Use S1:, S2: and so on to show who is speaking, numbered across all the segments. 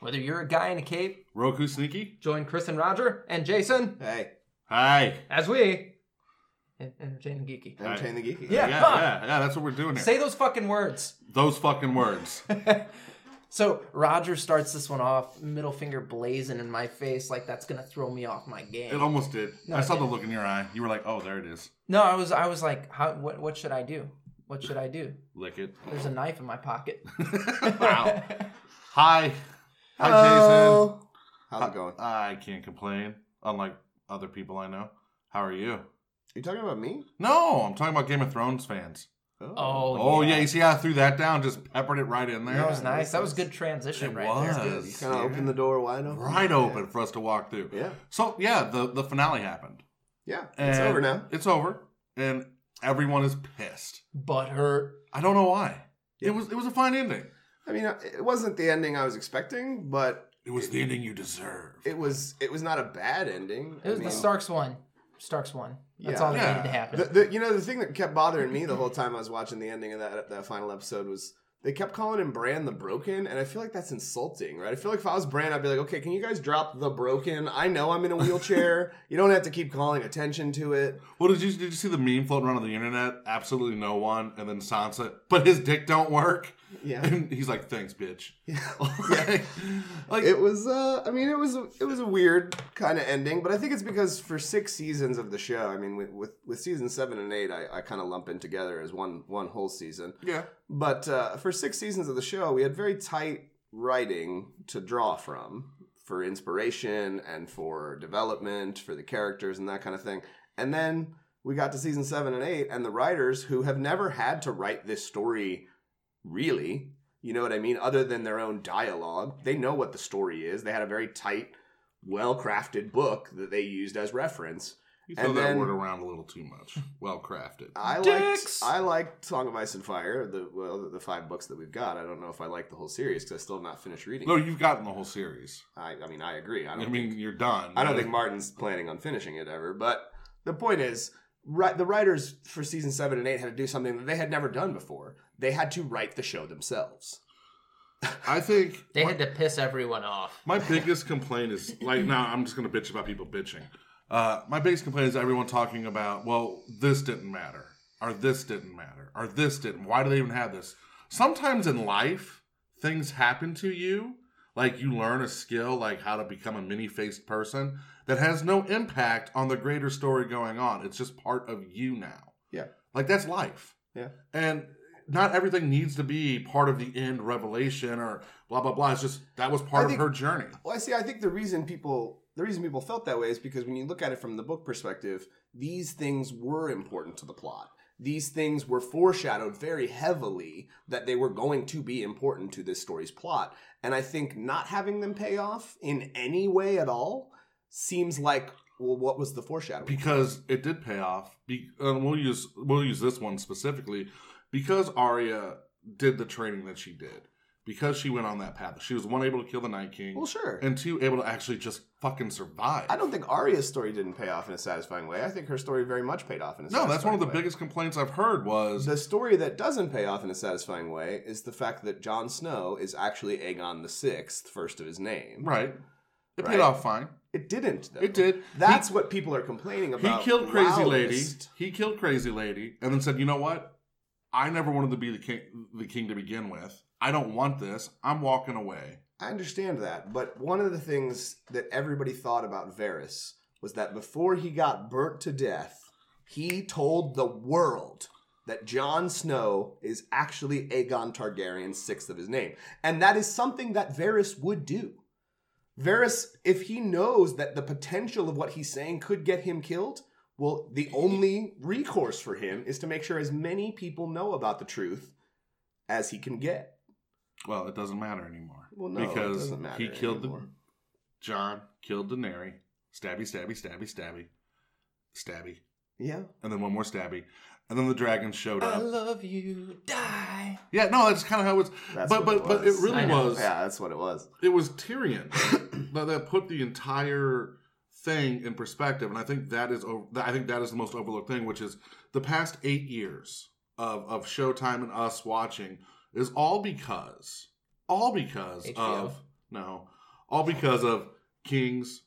S1: Whether you're a guy in a cave,
S2: Roku Sneaky.
S1: join Chris and Roger and Jason
S3: Hey,
S2: Hi.
S1: as we en- entertain and geeky.
S3: entertain the geeky.
S1: Yeah,
S2: Yeah,
S1: fuck.
S2: yeah, yeah. That's what we're doing here.
S1: Say those fucking words.
S2: Those fucking words.
S1: So Roger starts this one off, middle finger blazing in my face, like that's gonna throw me off my
S2: It
S1: game.
S2: almost did. I saw the look in your eye. You were like, "Oh, there it is.
S1: No, I was, I was like, how, what, what should I do? What should I do?
S2: Lick it."
S1: There's a knife in my pocket.
S2: wow. Hi. Hi, Jason.
S3: Hello. How's it going?
S2: I can't complain. Unlike other people I know. How are you?
S3: You talking about me?
S2: No, I'm talking about Game of Thrones fans.
S1: Oh,
S2: Oh yeah, you see how I threw that down? Just peppered it right in there.
S1: that was nice. That was good transition
S2: It
S1: right there.
S2: was.
S3: You kind of opened the door wide open.
S2: right
S3: Yeah.
S2: open for us to walk through.
S3: Yeah,
S2: So yeah, the the finale happened.
S3: yeah. It's
S2: And
S3: over now.
S2: It's over, and everyone is pissed.
S1: Butt hurt.
S2: I don't know why. It was it was a fine ending.
S3: I mean, uh, it wasn't the ending I was expecting, but
S2: It was the ending you deserve.
S3: it was it was not a bad ending.
S1: It was
S3: I
S1: the
S3: mean,
S1: Starks one. Starks one. That's
S3: Yeah.
S1: all that
S2: Yeah.
S1: needed to happen.
S3: The, the, you know, the thing that kept bothering me the whole time I was watching the ending of that that final episode was they kept calling him Bran the Broken, and I feel like that's insulting, right? I feel like if I was Bran, I'd be like, okay, can you guys drop the Broken? I know I'm in a wheelchair. you don't have to keep calling attention to it.
S2: Well, did you did you see the meme floating around on the internet? Absolutely no one, and then Sansa, but his dick don't work,
S3: Yeah.
S2: and he's like, "Thanks, bitch."
S3: Yeah.
S2: like
S3: It was, uh, I mean, it was, it was a weird kind of ending, but I think it's because for six seasons of the show, I mean, with with, with season seven and eight, I, I kind of lump in together as one one whole season.
S2: yeah,
S3: But uh, for six seasons of the show, we had very tight writing to draw from for inspiration and for development for the characters and that kind of thing. And then we got to season seven and eight, and the writers who have never had to write this story really, you know what I mean, other than their own dialogue, they know what the story is. They had a very tight, well crafted book that they used as reference.
S2: you throw
S3: And
S2: that
S3: then-
S2: word around a little too much. Well crafted.
S3: I
S1: Dicks!
S3: liked I liked Song of Ice and Fire, the well, the- the five books that we've got. I don't know if I like the whole series because I still have not finished reading.
S2: No,
S3: it.
S2: you've gotten the whole series.
S3: I, I mean, I agree. I
S2: I,
S3: don't.
S2: mean,
S3: think,
S2: you're done.
S3: I don't think Martin's planning on finishing it ever. But the point is, right, the writers for season seven and eight had to do something that they had never done before. They had to write the show themselves.
S2: I think
S1: they had to piss everyone off.
S2: My biggest complaint is like now I'm just gonna bitch about people bitching. Uh, my biggest complaint is everyone talking about well this didn't matter or this didn't matter or this didn't. Why do they even have this? Sometimes in life things happen to you like you learn a skill like how to become a many faced person that has no impact on the greater story going on. It's just part of you now.
S3: Yeah.
S2: like that's life.
S3: Yeah.
S2: and not everything needs to be part of the end revelation or blah blah blah. It's just that was part
S3: I
S2: of
S3: think-
S2: her journey.
S3: Well, I see. I think the reason people the reason people felt that way is because when you look at it from the book perspective, these things were important to the plot. These things were foreshadowed very heavily that they were going to be important to this story's plot. And I think not having them pay off in any way at all seems like, well, what was the foreshadowing?
S2: because it did pay off. Be, and we'll use we'll use this one specifically because Arya did the training that she did because she went on that path. She was one able to kill the Night King,
S3: Well, sure.
S2: and two able to actually just fucking survive.
S3: I don't think Arya's story didn't pay off in a satisfying way. I think her story very much paid off in a
S2: no,
S3: satisfying
S2: that's one of the
S3: way.
S2: biggest complaints I've heard was
S3: The story that doesn't pay off in a satisfying way is the fact that Jon Snow is actually Aegon the Sixth, first of his name.
S2: right. It
S3: Right.
S2: paid off fine.
S3: It didn't. Though.
S2: It did.
S3: That's what people are complaining
S2: He
S3: about.
S2: killed Crazy Lady.
S3: loudest.
S2: He killed Crazy Lady, and then said, "You know what? I never wanted to be the king. The king to begin with. I don't want this. I'm walking away."
S3: I understand that, but one of the things that everybody thought about Varys was that before he got burnt to death, he told the world that Jon Snow is actually Aegon Targaryen, sixth of his name, and that is something that Varys would do. Varys, if he knows that the potential of what he's saying could get him killed, well, the only recourse for him is to make sure as many people know about the truth as he can get.
S2: Well, it doesn't matter anymore
S3: Well, no, it
S2: because
S3: doesn't matter
S2: he killed
S3: anymore.
S2: the John killed Daenerys. Stabby, stabby, stabby, stabby, stabby,
S3: Yeah.
S2: and then one more stabby, and then the dragon showed
S1: I
S2: up.
S1: love you. Die.
S2: yeah, no, that's kind of how it's.
S3: That's
S2: but
S3: what
S2: but
S3: it
S2: but it
S3: was.
S1: I
S2: really
S1: know.
S2: was.
S3: Yeah, that's what it was.
S2: It was Tyrion that, that put the entire thing in perspective, and I think that is o- that- I think that is the most overlooked thing, which is the past eight years of of Showtime and us watching is all because all because
S1: HBO.
S2: of No. All because of kings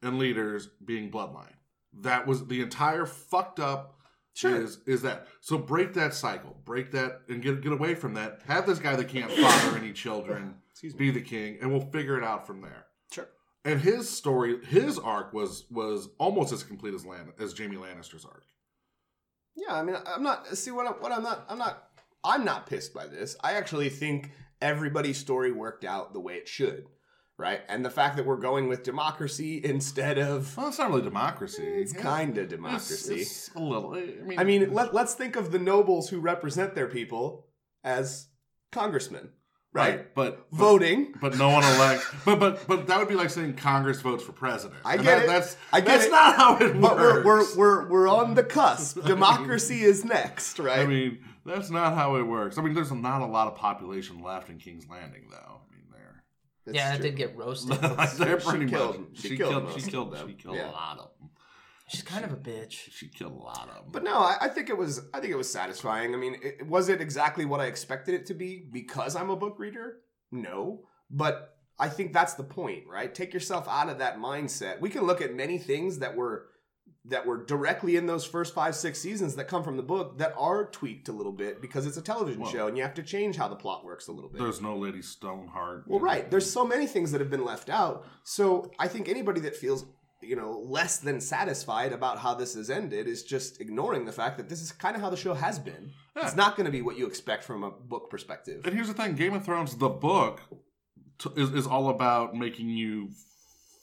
S2: and leaders being bloodline. That was the entire fucked up
S3: Sure.
S2: is is that. So break that cycle. Break that and get get away from that. Have this guy that can't father any children
S3: Excuse me.
S2: be the king and we'll figure it out from there.
S3: Sure.
S2: And his story, his arc was was almost as complete as Lan- as Jamie Lannister's arc.
S3: Yeah, I mean, I'm not. See, what, I, what I'm not, I'm not, I'm not pissed by this. I actually think everybody's story worked out the way it should, right? And the fact that we're going with democracy instead of
S2: Well, it's not really democracy.
S3: it's kind of
S2: It's-
S3: democracy.
S2: it's a little. I mean,
S3: I mean, let, let's think of the nobles who represent their people as congressmen, right?
S2: but but-
S3: Voting.
S2: But no one elects. But but but that would be like saying Congress votes for president.
S3: I
S2: And
S3: get
S2: that-
S3: it.
S2: That's
S3: I get
S2: that's
S3: it.
S2: not how it
S3: But we're,
S2: works.
S3: we're, we're, we're on the cusp. Democracy is next, right?
S2: I mean, that's not how it works. I mean, there's not a lot of population left in King's Landing, though. I mean, they're
S3: That's
S1: yeah, it
S3: true.
S1: did get roasted.
S2: they're
S3: she
S2: pretty
S3: killed
S2: much.
S3: them. She killed most
S2: She
S3: of
S2: killed.
S3: them.
S2: She killed
S3: Yeah.
S2: a lot of them.
S1: She's kind of a bitch.
S2: She killed a lot of them.
S3: Um, But no, I, I think it was. I think it was satisfying. I mean, it, was it exactly what I expected it to be because I'm a book reader? No, but I think that's the point, right? Take yourself out of that mindset. We can look at many things that were that were directly in those first five, six seasons that come from the book that are tweaked a little bit because it's a television
S2: Well-
S3: show and you have to change how the plot works a little bit.
S2: there's no Lady Stoneheart.
S3: Well, right. There's so many things that have been left out. So I think anybody that feels, you know, less than satisfied about how this has ended is just ignoring the fact that this is kind of how the show has been. It's not going to be what you expect from a book perspective.
S2: And here's the thing: Game of Thrones, the book, t- is, is all about making you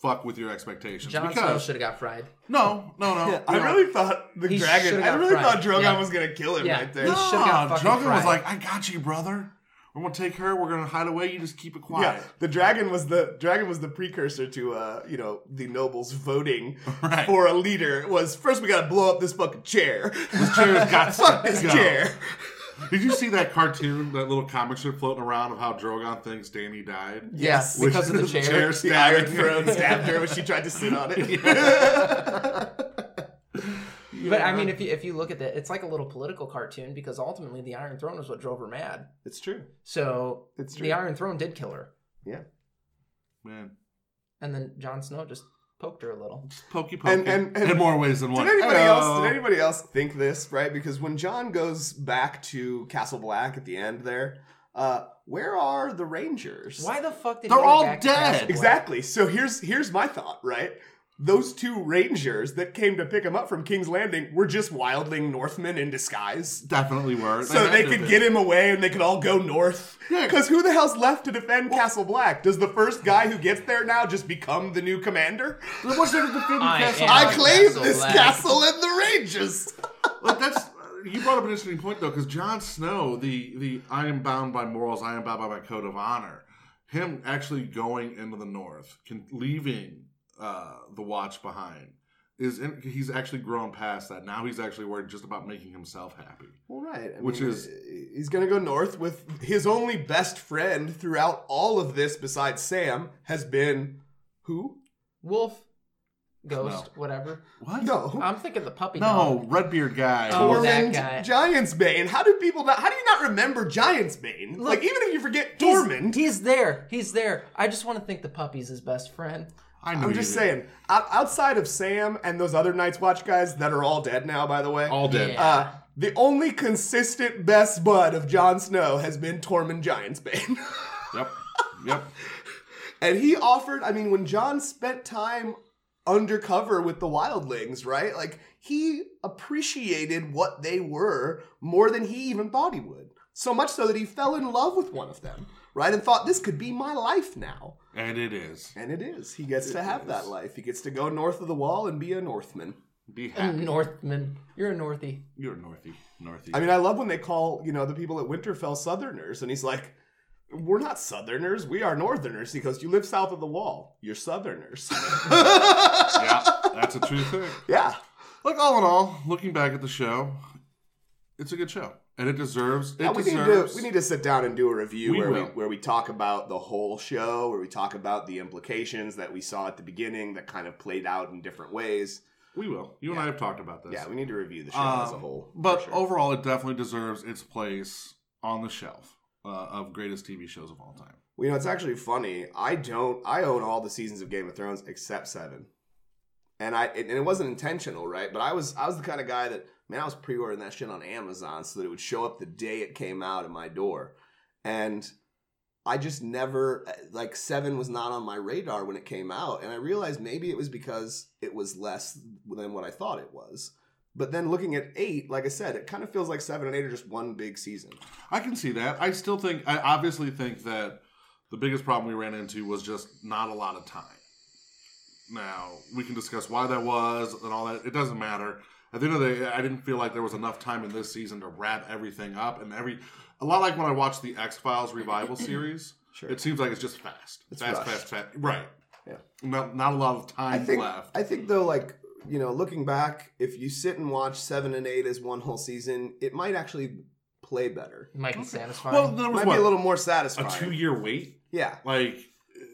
S2: fuck with your expectations.
S1: Jon Snow
S2: because
S1: should have got fried.
S2: no, no, no. You
S3: Yeah,
S2: know,
S3: thought the
S1: He should've got fried. Yeah.
S3: going to kill him
S1: Yeah. He
S2: Nah,
S1: should've got fucking
S2: Drogon was
S1: fried.
S2: like, "I got you, brother. We're gonna take her. We're gonna hide away. You just keep it quiet."
S3: the dragon was the dragon was the precursor to uh you know the nobles voting
S2: Right.
S3: for a leader. It was first we got to blow up this fucking chair.
S2: This chair's got
S3: Fuck this
S2: go.
S3: chair.
S2: Did you see that cartoon, that little comic strip floating around of how Drogon thinks Danny died?
S1: Yes,
S3: Which-
S1: because of the
S2: the
S1: chair.
S2: chair
S3: The Iron Throne stabbed her when she tried to sit on it.
S1: But I mean, if you if you look at that, it's like a little political cartoon because ultimately the Iron Throne is what drove her mad.
S3: It's true.
S1: So
S3: It's true.
S1: the Iron Throne did kill her,
S3: Yeah.
S2: Man,
S1: and then Jon Snow just poked her a little.
S2: just pokey pokey.
S3: And- and- and-
S2: in more ways than one. Uh,
S3: Did anybody
S2: Hello.
S3: else? Did anybody else think this right? Because when John goes back to Castle Black at the end, there, uh, where are the Rangers?
S1: Why the fuck did
S2: They're
S1: he go
S2: all
S1: back to
S2: dead.
S1: Castle Black?
S3: Exactly. So here's here's my thought. Right, those two Rangers that came to pick him up from King's Landing were just wildling Northmen in disguise.
S2: Definitely were.
S3: So they could get him away and they could all go north.
S2: Yeah.
S3: Because who the hell's left to defend Castle Black? Does the first guy who gets there now just become the new commander?
S2: What's there to defend
S1: I
S2: Castle?
S1: am-
S3: I
S1: Yeah,
S2: I
S3: claim
S1: Castle
S3: this
S1: Black.
S3: castle and the Rangers.
S2: But that's you brought up an interesting point though, because Jon Snow, the the I am bound by morals, I am bound by my code of honor. Him actually going into the North, can, leaving uh, the Watch behind, is in, he's actually grown past that. Now he's actually worried just about making himself happy.
S3: Well, right. I
S2: Which
S3: mean,
S2: is-
S3: he's going to go north with his only best friend throughout all of this, besides Sam, has been who?
S1: Wolf, ghost, whatever.
S2: What?
S3: No,
S1: I'm thinking the puppy.
S2: no, Redbeard guy.
S1: Oh,
S2: Or-
S1: that
S3: Tormund
S1: guy.
S3: Giants Bane. How do people not? How do you not remember Giants Bane? like even if you forget
S1: He's-
S3: Tormund,
S1: He's there. He's there. I just want to think the puppy's his best friend.
S2: I know
S3: I'm
S2: you
S3: just
S2: did.
S3: saying, o- outside of Sam and those other Night's Watch guys that are all dead now, by the way,
S2: All dead.
S1: Yeah.
S3: uh, the only consistent best bud of Jon Snow has been Tormund Giantsbane.
S2: Yep. Yep.
S3: and he offered, I mean, when Jon spent time undercover with the wildlings, right? Like, he appreciated what they were more than he even thought he would. So much so that he fell in love with one of them, right? And thought, this could be my life now.
S2: And it is.
S3: And it is. He gets to have that life. He gets to go north of the wall and be a Northman.
S2: Be
S1: A
S2: happy.
S1: Northman. You're a Northie.
S2: You're Northy. Northy.
S3: I mean, I love when they call, you know, the people at Winterfell Southerners, and he's like, we're not Southerners, we are Northerners. He goes, you live south of the wall, you're Southerners.
S2: yeah, that's a true thing.
S3: yeah.
S2: Like all in all, looking back at the show, it's a good show, and it deserves. It
S3: Yeah, we, need to,
S2: deserves.
S3: we need to sit down and do a review
S2: We
S3: where we,
S2: will.
S3: where we talk about the whole show, where we talk about the implications that we saw at the beginning that kind of played out in different ways.
S2: We will. You and I have talked about this.
S3: Yeah, we need to review the show
S2: Um,
S3: as a whole. for
S2: But
S3: sure.
S2: overall, it definitely deserves its place on the shelf uh, of greatest TV shows of all time.
S3: Well, you know, it's actually funny. I don't. I own all the seasons of Game of Thrones except seven, and I and it wasn't intentional, right? But I was I was the kind of guy that man, I was pre-ordering that shit on Amazon so that it would show up the day it came out at my door, and I just never like seven was not on my radar when it came out, and I realized maybe it was because it was less than what I thought it was. But then looking at eight, like I said, it kind of feels like seven and eight are just one big season.
S2: I can see that. I still think, I obviously think that the biggest problem we ran into was just not a lot of time. Now, we can discuss why that was and all that. It doesn't matter. At the end of the day, I didn't feel like there was enough time in this season to wrap everything up. And every, a lot like when I watched the X Files revival series,
S3: Sure.
S2: it seems like it's just fast.
S3: It's
S2: fast,
S3: rushed.
S2: fast, fast. Right.
S3: Yeah.
S2: Not, not a lot of
S3: I
S2: time
S3: think
S2: left.
S3: I think though, like you know, looking back, if you sit and watch seven and eight as one whole season, it might actually play better.
S1: Might be satisfying.
S2: well, there was
S3: might
S2: what,
S3: be a little more
S2: a
S3: satisfying.
S2: two year wait?
S3: yeah.
S2: Like,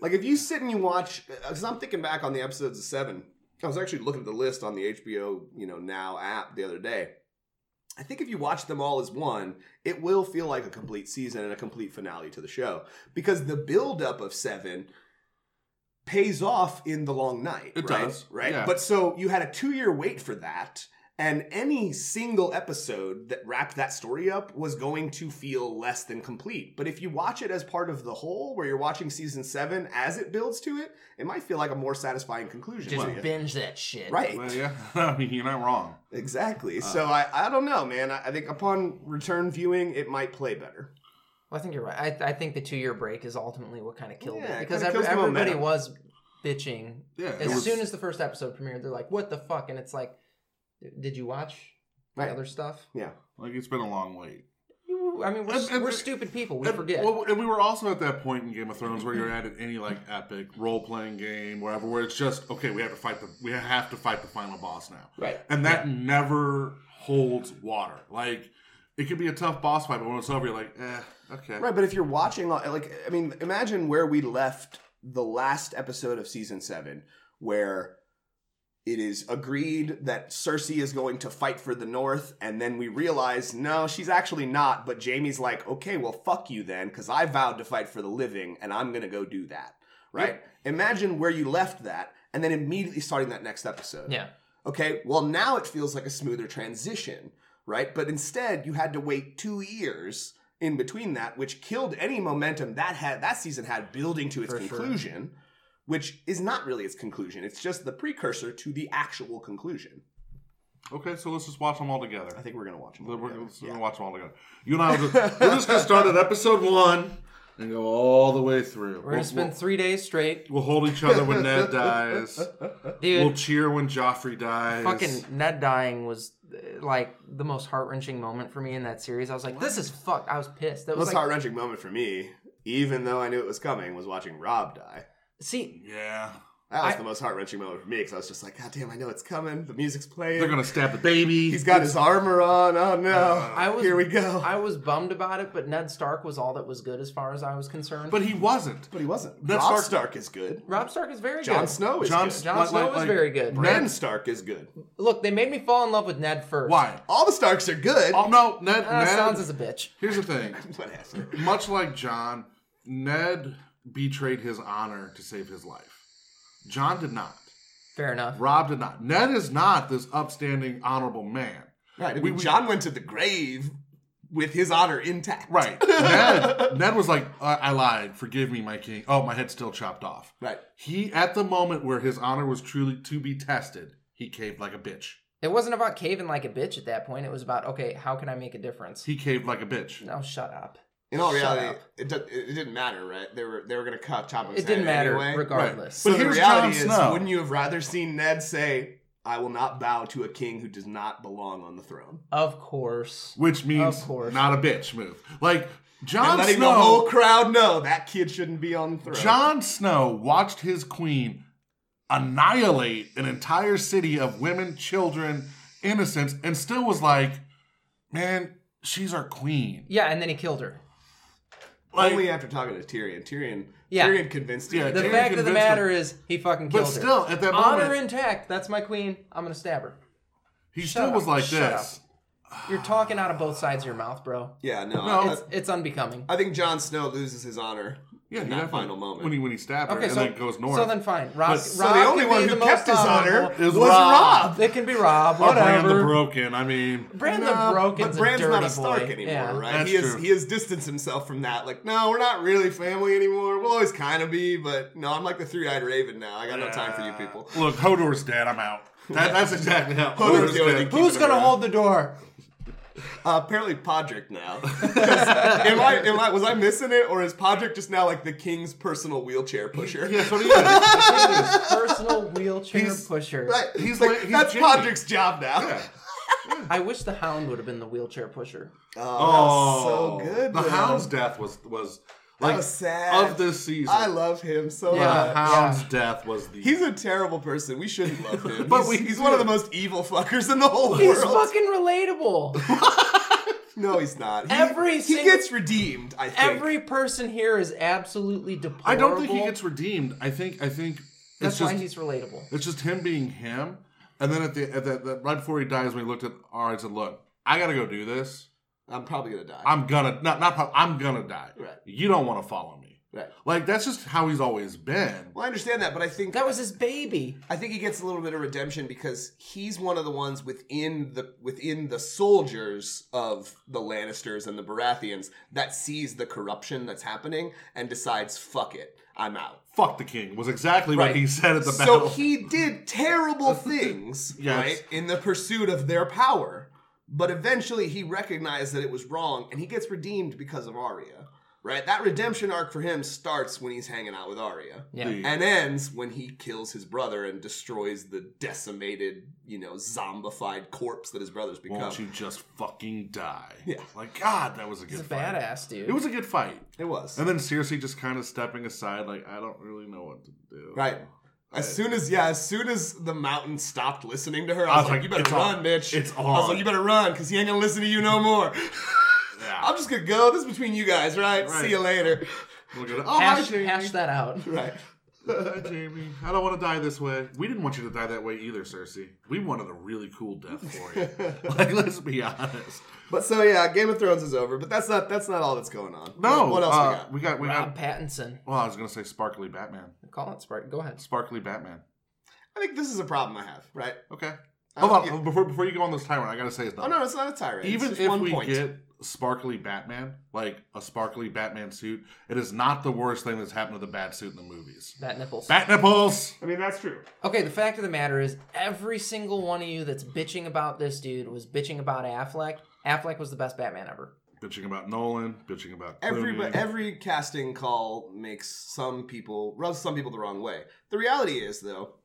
S3: Like if you sit and you watch, because I'm thinking back on the episodes of Seven, I was actually looking at the list on the HBO, you know, Now app the other day. I think if you watch them all as one, it will feel like a complete season and a complete finale to the show because the buildup of Seven pays off in the long night.
S2: It
S3: right?
S2: does,
S3: right?
S2: yeah.
S3: But so you had a two-year wait for that. And any single episode that wrapped that story up was going to feel less than complete. But if you watch it as part of the whole, where you're watching season seven as it builds to it, it might feel like a more satisfying conclusion.
S1: just
S3: to you.
S1: binge that shit.
S3: Right.
S2: well, yeah, I mean, you're not wrong.
S3: Exactly.
S1: Uh.
S3: so I, I don't know, man. I, I think upon return viewing, it might play better.
S1: Well, I think you're right. I, I think the two year break is ultimately what kind of killed
S3: Yeah, it
S1: it because
S3: kinda
S1: every,
S3: kills the
S1: everybody
S3: momentum.
S1: was bitching
S2: Yeah. it
S1: as
S2: was-
S1: soon as the first episode premiered. They're like, "What the fuck?" And it's like, "Did you watch the
S3: Right.
S1: other stuff?"
S3: Yeah.
S2: like, it's been a long wait.
S1: I mean,
S3: Uh,
S1: we're,
S2: And- and-
S1: we're stupid people. We
S2: And-
S1: forget.
S2: Well, and we were also at that point in Game of Thrones where you're at in any like epic role playing game, wherever, where it's just okay, we have to fight the we have to fight the final boss now,
S1: right.
S2: and that never holds water. Like it could be a tough boss fight, but when it's over, you're like, eh, okay,
S3: Right. But if you're watching, on- like, I mean, imagine where we left the last episode of season seven, where it is agreed that Cersei is going to fight for the North, and then we realize, no, she's actually not. But Jamie's like, okay, well, fuck you then, because I vowed to fight for the living, and I'm going to go do that. Right. Imagine where you left that, and then immediately starting that next episode.
S1: Yeah.
S3: Okay, well, now it feels like a smoother transition, right? But instead, you had to wait two years in between that, which killed any momentum that had that season had building to its
S1: For sure.
S3: conclusion, which is not really its conclusion. It's just the precursor to the actual conclusion.
S2: okay, so let's just watch them all together.
S3: I think we're gonna watch them.
S2: We're,
S3: all
S2: we're
S3: together.
S2: gonna watch them all together. You and I, will just, we're just gonna start at episode one and go all the way through.
S1: We're gonna spend three days straight,
S2: we'll, we'll hold each other when Ned dies.
S1: dude.
S2: We'll cheer when Joffrey dies.
S1: Fucking Ned dying was uh, like the most heart wrenching moment for me in that series. I was like, "This is fucked." I was pissed. That was
S3: Most
S1: like,
S3: heart wrenching moment for me, even though I knew it was coming, was watching Rob die.
S1: see,
S2: yeah.
S3: That was
S1: I-
S3: the most heart wrenching moment for me because I was just like, God damn, I know it's coming. The music's playing.
S2: They're gonna stab the baby.
S3: He's got his armor on. Oh no!
S1: Uh, I was-
S3: Here we go.
S1: I was bummed about it, but Ned Stark was all that was good as far as I was concerned.
S2: but he wasn't.
S3: But he wasn't.
S2: Ned
S3: Rob
S2: Stark-
S3: Stark, is good.
S1: Rob Stark is very
S3: Jon
S1: good.
S3: Snow is
S2: Jon
S3: good.
S2: Snow-
S1: Jon
S2: Like-
S1: Snow
S2: like-
S1: was
S2: like
S1: very good.
S3: Bran Stark is good.
S1: Look, they made me fall in love with Ned first.
S2: Why?
S3: All the Starks are good.
S2: Oh no, Ned.
S1: Uh,
S2: Ned
S1: Sansa's a bitch.
S2: here's the thing.
S3: Whatever.
S2: Much like John, Ned betrayed his honor to save his life. John did not.
S1: Fair enough.
S2: Rob did not. Ned is not this upstanding, honorable man.
S3: Right. I mean,
S2: We- we-
S3: John went to the grave with his honor intact.
S2: Right. Ned. Ned was like, I-, I lied. Forgive me, my king. Oh, my head's still chopped off.
S3: Right.
S2: He, at the moment where his honor was truly to be tested, he caved like a bitch.
S1: It wasn't about caving like a bitch at that point. It was about okay, how can I make a difference?
S2: He caved like a bitch.
S1: No, shut up.
S3: In all
S1: Shut
S3: reality,
S1: up.
S3: it, do, it didn't matter, right? They were they were gonna cut top of his
S1: It didn't
S3: head
S1: matter
S3: anyway.
S1: regardless.
S3: So
S2: But
S3: the
S2: here's Jon
S3: reality is,
S2: Snow.
S3: wouldn't you have rather seen Ned say, "I will not bow to a king who does not belong on the throne,"
S1: Of course.
S2: Which means
S1: Of course.
S2: not a bitch move. Like John
S3: and letting
S2: Snow
S3: the whole crowd know that kid shouldn't be on the throne?
S2: Jon Snow watched his queen annihilate an entire city of women, children, innocents, and still was like, man, she's our queen.
S1: Yeah, and then he killed her.
S2: Like,
S3: Only after talking to Tyrion. Tyrion.
S1: Yeah.
S3: Tyrion convinced him.
S2: Yeah,
S1: The
S2: Tyrion
S1: fact of the
S2: convinced
S1: matter
S2: her.
S1: is, he fucking
S2: but
S1: killed her.
S2: still, at that moment,
S1: Honor intact. That's my queen. I'm gonna stab her.
S2: he still
S1: up,
S2: was like
S1: shut
S2: this.
S1: You're talking out of both sides of your mouth, bro.
S3: Yeah, no.
S2: No.
S3: I,
S1: It's unbecoming.
S3: I think Jon Snow loses his honor
S2: Yeah,
S3: in
S2: he
S3: that
S2: definitely-
S3: final moment.
S2: when he when he stabbed her
S1: Okay,
S2: and
S1: so
S2: then goes north.
S1: So then, fine. Rob.
S2: But-
S1: Rob
S2: so
S3: so the only
S1: can
S3: one
S1: be
S3: who
S1: the
S3: kept
S1: most
S3: his honor
S1: honorable.
S2: is
S3: was Rob.
S1: It can be Rob.
S2: or Bran the
S1: Whatever.
S2: Broken. I mean,
S1: Brand
S3: No,
S1: the broken.
S3: but Bran's
S1: a dirty
S3: not a Stark
S1: boy.
S3: anymore,
S1: yeah.
S3: right?
S2: That's
S3: he has
S2: true.
S3: he has distanced himself from that. Like, no, we're not really family anymore. We'll always kind of be, but no, I'm like the three eyed raven now. I got no time for you people.
S2: Look, Hodor's dead. I'm out. That, that's exactly how
S3: Hodor's
S2: Hodor's
S3: the only thing
S2: dead.
S3: keeping
S1: Who's
S3: him
S1: gonna
S3: around.
S1: hold the door?
S3: Uh, apparently, Podrick now. 'Cause am I? Am I? Was I missing it, or is Podrick just now like the king's personal wheelchair pusher?
S2: Yeah, that's what he is.
S1: Personal wheelchair
S2: He's-
S1: pusher.
S3: Right.
S2: He's
S3: Like,
S2: like- he's
S3: that's
S2: Jamie.
S3: Podrick's job now.
S1: I wish the Hound would have been the wheelchair pusher.
S2: Oh,
S3: Oh, that was so good.
S2: The
S3: man.
S2: Hound's death was was
S3: That
S2: like
S3: was sad.
S2: of this season.
S3: I love him so
S1: Yeah.
S2: the
S3: much.
S2: Hound's death was the
S3: He's a terrible person. We shouldn't love him.
S2: But
S3: he's,
S2: we-
S3: he's one of the most evil fuckers in the whole
S1: He's
S3: world.
S1: fucking relatable.
S3: no, he's not. He,
S1: Every
S3: he
S1: single-
S3: gets redeemed. I think.
S1: Every person here is absolutely deplorable.
S2: I don't think he gets redeemed. I think I think
S1: That's
S2: it's just
S1: why he's relatable.
S2: it's just him being him. And then at the at the, the right before he dies, we looked at Ari and said, "Look, I gotta go do this.
S3: I'm probably gonna die.
S2: I'm gonna not not prob- I'm gonna die.
S3: Right.
S2: You don't want to follow me.
S3: right.
S2: Like that's just how he's always been.
S3: Well, I understand that, but I think
S1: That was his baby.
S3: I think he gets a little bit of redemption because he's one of the ones within the within the soldiers of the Lannisters and the Baratheons that sees the corruption that's happening and decides, "Fuck it, I'm out."
S2: Fuck the king was exactly
S3: Right.
S2: what he said at the
S3: So
S2: battle.
S3: he did terrible things,
S2: Yes.
S3: right, in the pursuit of their power. But eventually he recognized that it was wrong and he gets redeemed because of Arya, right? That redemption arc for him starts when he's hanging out with Arya
S1: Yeah.
S2: The-
S3: and ends when he kills his brother and destroys the decimated, you know, zombified corpse that his brother's become.
S2: Won't you just fucking die?
S3: Yeah.
S2: Like God, that was a good
S1: He's a
S2: fight.
S1: badass dude.
S2: It was a good fight.
S3: It was.
S2: And then Cersei just kind of stepping aside, like I don't really know what to do.
S3: right. As soon as yeah, as soon as the mountain stopped listening to her, I was, like, "You
S2: it's
S3: better run,
S2: on.
S3: bitch!"
S2: It's
S3: I was
S2: on.
S3: like, "You better run, because he ain't gonna listen to you no more."
S2: Yeah.
S3: I'm just gonna go. This is between you guys, right?
S2: Right.
S3: See you later.
S2: We're gonna, oh, hi,
S1: hash,
S2: Jamie.
S1: hash that out.
S3: Right.
S2: Hi, Jamie. I don't want to die this way. We didn't want you to die that way either, Cersei. We wanted a really cool death for you. like, let's be honest.
S3: But so yeah, Game of Thrones is over, but that's not that's not all that's going on.
S2: No.
S3: What, what else
S2: uh,
S3: we got?
S2: we got? We got.
S1: Rob Pattinson.
S2: Well, I was gonna say sparkly Batman.
S1: Call it Spark. Go ahead.
S2: Sparkly Batman.
S3: I think this is a problem I have. Right.
S2: Okay.
S3: I
S2: Hold
S3: don't
S2: on.
S3: get-
S2: Before before you go on this timer, I gotta say it's
S3: Uh, Oh no, it's not a tirade.
S2: Even
S3: it's just
S2: if
S3: one
S2: we
S3: point.
S2: get sparkly Batman, like a sparkly Batman suit, it is not the worst thing that's happened to the Bat suit in the movies.
S1: Bat nipples.
S2: Bat nipples.
S3: I mean that's true.
S1: Okay, the fact of the matter is, every single one of you that's bitching about this dude was bitching about Affleck. Affleck was the best Batman ever.
S2: Bitching about Nolan. Bitching about
S3: Every
S2: Clooney.
S3: every casting call makes some people rubs some people the wrong way. The reality is though,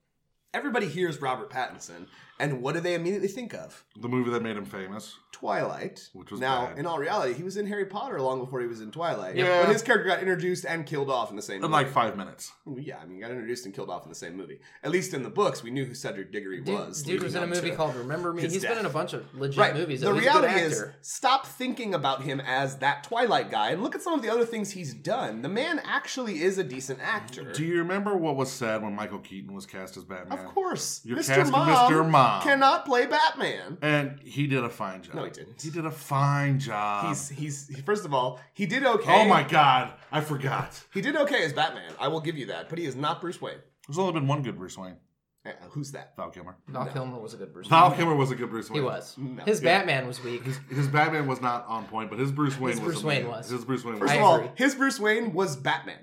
S3: everybody hears Robert Pattinson, and what do they immediately think of?
S2: the movie that made him famous.
S3: Twilight.
S2: Which was
S3: now,
S2: bad.
S3: in all reality, he was in Harry Potter long before he was in Twilight.
S2: Yeah.
S3: But his character got introduced and killed off in the same.
S2: In
S3: movie.
S2: like five minutes.
S3: Yeah, I mean, got introduced and killed off in the same movie. At least in the books, we knew who Cedric Diggory
S1: Dude
S3: was.
S1: was, dude was in a
S3: leading up
S1: movie
S3: to-
S1: called Remember Me.
S3: his
S1: He's
S3: death.
S1: been in a bunch of legit
S3: Right.
S1: movies.
S3: The
S1: He's a good
S3: reality is,
S1: actor.
S3: stop thinking about him as that Twilight guy and look at some of the other things he's done. The man actually is a decent actor.
S2: Do you remember what was said when Michael Keaton was cast as Batman?
S3: of course,
S2: You're
S3: Mr.
S2: casting
S3: Mom
S2: Mr. Mom.
S3: cannot play Batman.
S2: And he did a fine job.
S3: No, he didn't.
S2: He did a fine job.
S3: He's he's first of all, he did okay.
S2: oh my god, I forgot.
S3: He did okay as Batman. I will give you that, but he is not Bruce Wayne.
S2: There's only been one good Bruce Wayne.
S3: Uh, who's that?
S2: Val Kilmer.
S1: Val Kilmer was a good Bruce.
S2: Val Kilmer was a good Bruce
S1: He
S2: Wayne.
S1: was.
S3: No.
S1: His Batman was weak.
S2: His Batman was not on point, but his Bruce Wayne
S1: His
S2: was.
S1: Bruce Wayne
S2: amazing.
S1: was.
S2: His Bruce Wayne was.
S3: First
S1: I
S3: of all,
S1: agree.
S3: his Bruce Wayne was Batman.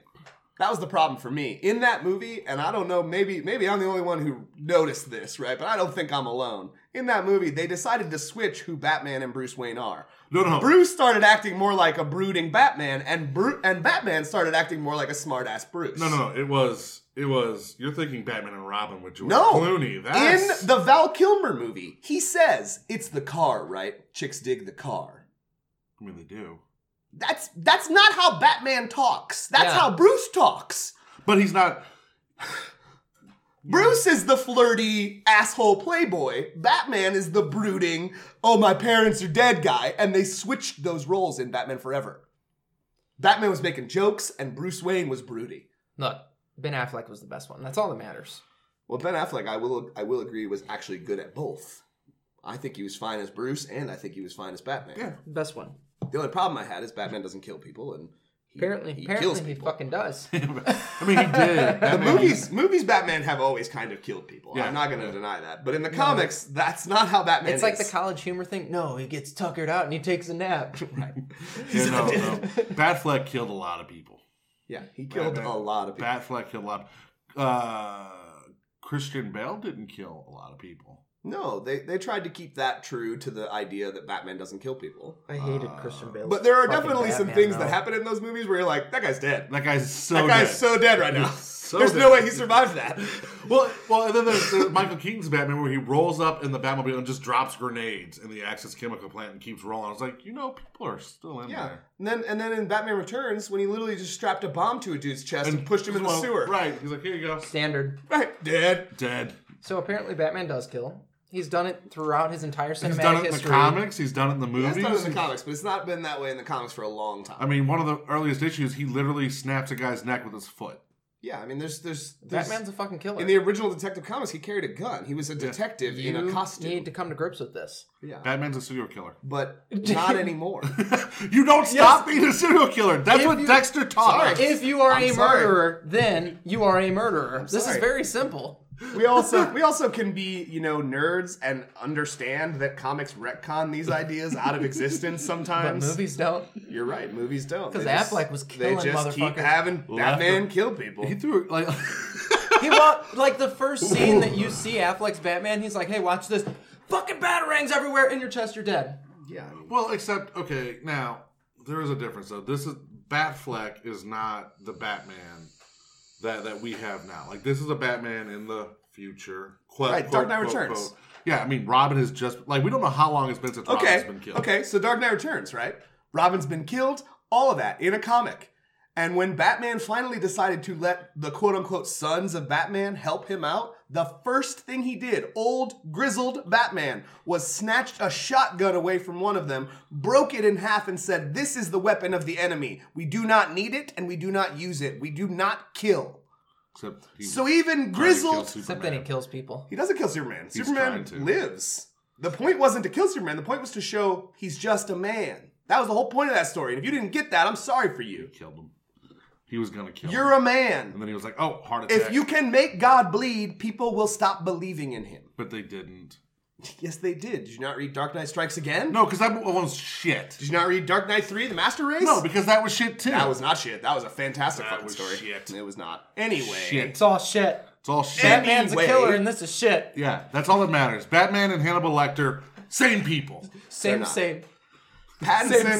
S3: That was the problem for me in that movie, and I don't know. Maybe maybe I'm the only one who noticed this, right? But I don't think I'm alone. In that movie, they decided to switch who Batman and Bruce Wayne are.
S2: no, no.
S3: Bruce started acting more like a brooding Batman, and Bru- and Batman started acting more like a smartass Bruce.
S2: No, no, no. It was. It was. You're thinking Batman and Robin with George
S3: No.
S2: Clooney. That's.
S3: In the Val Kilmer movie, he says it's the car, right? Chicks dig the car.
S2: I mean, they do.
S3: That's that's not how Batman talks. That's
S1: Yeah.
S3: how Bruce talks.
S2: But he's not.
S3: Bruce is the flirty asshole playboy. Batman is the brooding, oh my parents are dead guy, and they switched those roles in Batman Forever. Batman was making jokes and Bruce Wayne was broody.
S1: Look, Ben Affleck was the best one. That's all that matters.
S3: Well, Ben Affleck, I will I will agree was actually good at both. I think he was fine as Bruce and I think he was fine as Batman.
S2: Yeah.
S1: Best one.
S3: The only problem I had is Batman doesn't kill people and he
S4: He-
S1: Apparently,
S4: he kills
S1: apparently he
S4: people.
S1: fucking does.
S2: I mean, he did.
S3: The
S2: Batman-
S3: movies, movies, Batman have always kind of killed people.
S2: Yeah.
S3: I'm not going to deny that. But in the comics, that's not how Batman.
S1: It's like the
S3: is.
S1: college humor thing. No, he gets tuckered out and he takes a nap.
S2: Yeah, no, no. Batfleck killed a lot of people.
S3: yeah, he killed
S2: Batman-
S3: a lot of people.
S2: Batfleck killed a lot. Of, uh, Christian Bale didn't kill a lot of people.
S3: no, they they tried to keep that true to the idea that Batman doesn't kill people.
S1: I hated
S2: Uh,
S1: Christian Bale.
S3: But there are definitely some things that happen in those movies where you're like, that guy's dead.
S2: That guy's so.
S3: that guy's
S2: dead.
S3: so dead right now.
S2: so
S3: There's
S2: dead.
S3: no way he survived that.
S2: Well, well, and then there's, there's Michael Keaton's Batman where he rolls up in the Batmobile and just drops grenades in the Axis chemical plant and keeps rolling. I was like, you know, people are still in
S3: Yeah.
S2: there.
S3: And then and then in Batman Returns, when he literally just strapped a bomb to a dude's chest and, pushed him in the
S2: well,
S3: sewer.
S2: Right. He's like, here you go.
S1: Standard.
S3: Right. Dead.
S2: Dead.
S1: So apparently, Batman does kill. He's done it throughout his entire cinematic
S2: He's done it in the
S1: history.
S2: comics. He's done it in the movies.
S3: That's not in the comics, but it's not been that way in the comics for a long time.
S2: I mean, one of the earliest issues, he literally snaps a guy's neck with his foot.
S3: yeah, I mean there's there's, there's
S1: Batman's a fucking killer.
S3: in the original Detective Comics, he carried a gun. He was a detective
S1: you
S3: in a costume.
S1: need to come to grips with this.
S3: yeah.
S2: Batman's a serial killer.
S3: But not anymore.
S2: you don't stop being a serial killer. That's what
S1: you-
S2: Dexter taught.
S3: Sorry.
S1: If you are
S3: I'm
S1: a
S3: sorry.
S1: murderer, then you are a murderer. this
S3: sorry.
S1: is very simple.
S3: we also we also can be you know nerds and understand that comics retcon these ideas out of existence
S1: But
S3: sometimes.
S1: movies don't.
S3: You're right, movies don't.
S1: 'Cause
S3: They just-
S1: Affleck was
S3: They
S1: killing
S3: just keep
S1: motherfuckers.
S3: having Batman kill people.
S2: He threw like
S1: He wa- like the first scene that you see Affleck's Batman. He's like, "Hey, watch this! Fucking batarangs everywhere in your chest. You're dead."
S3: Yeah, I mean,
S2: Well, except okay, now there is a difference though. This is Batfleck is not the Batman that that we have now. Like this is a Batman in the future. Quote,
S3: Right, Dark Knight Returns.
S2: Yeah, I mean Robin has just like we don't know how long it's been since
S3: okay,
S2: Robin's been killed.
S3: okay. So Dark Knight Returns, right? Robin's been killed. All of that in a comic. And when Batman finally decided to let the quote unquote sons of Batman help him out, the first thing he did, old grizzled Batman, was snatched a shotgun away from one of them, broke it in half, and said, This is the weapon of the enemy. We do not need it and we do not use it. We do not kill.
S2: Except he
S3: So even
S2: tried to kill
S3: grizzled
S1: Except
S2: Superman.
S1: then he kills people.
S3: He doesn't kill Superman.
S2: trying
S3: Superman
S2: to.
S3: lives. The point wasn't to kill Superman. The point was to show he's just a man. That was the whole point of that story. And if you didn't get that, I'm sorry for you.
S2: He killed him. He was gonna kill
S3: You're
S2: him.
S3: a man.
S2: and then he was like, "Oh, heart attack."
S3: If you can make God bleed, people will stop believing in him.
S2: but they didn't.
S3: Yes, they did. Did you not read Dark Knight Strikes Again?
S2: No, because that was shit.
S3: Did you not read Dark Knight 3, The Master Race?
S2: No, because that was shit too.
S3: That was not shit. That was a fantastic
S2: That
S3: fucking
S2: was
S3: story.
S2: shit.
S3: It was not. Anyway.
S2: shit.
S1: It's all shit.
S2: It's all shit.
S1: Batman's
S3: Anyway.
S1: a killer, and this is shit.
S2: Yeah, that's all that matters. Batman and Hannibal Lecter, same people.
S1: Same,
S3: not.
S1: same.
S3: Pattinson,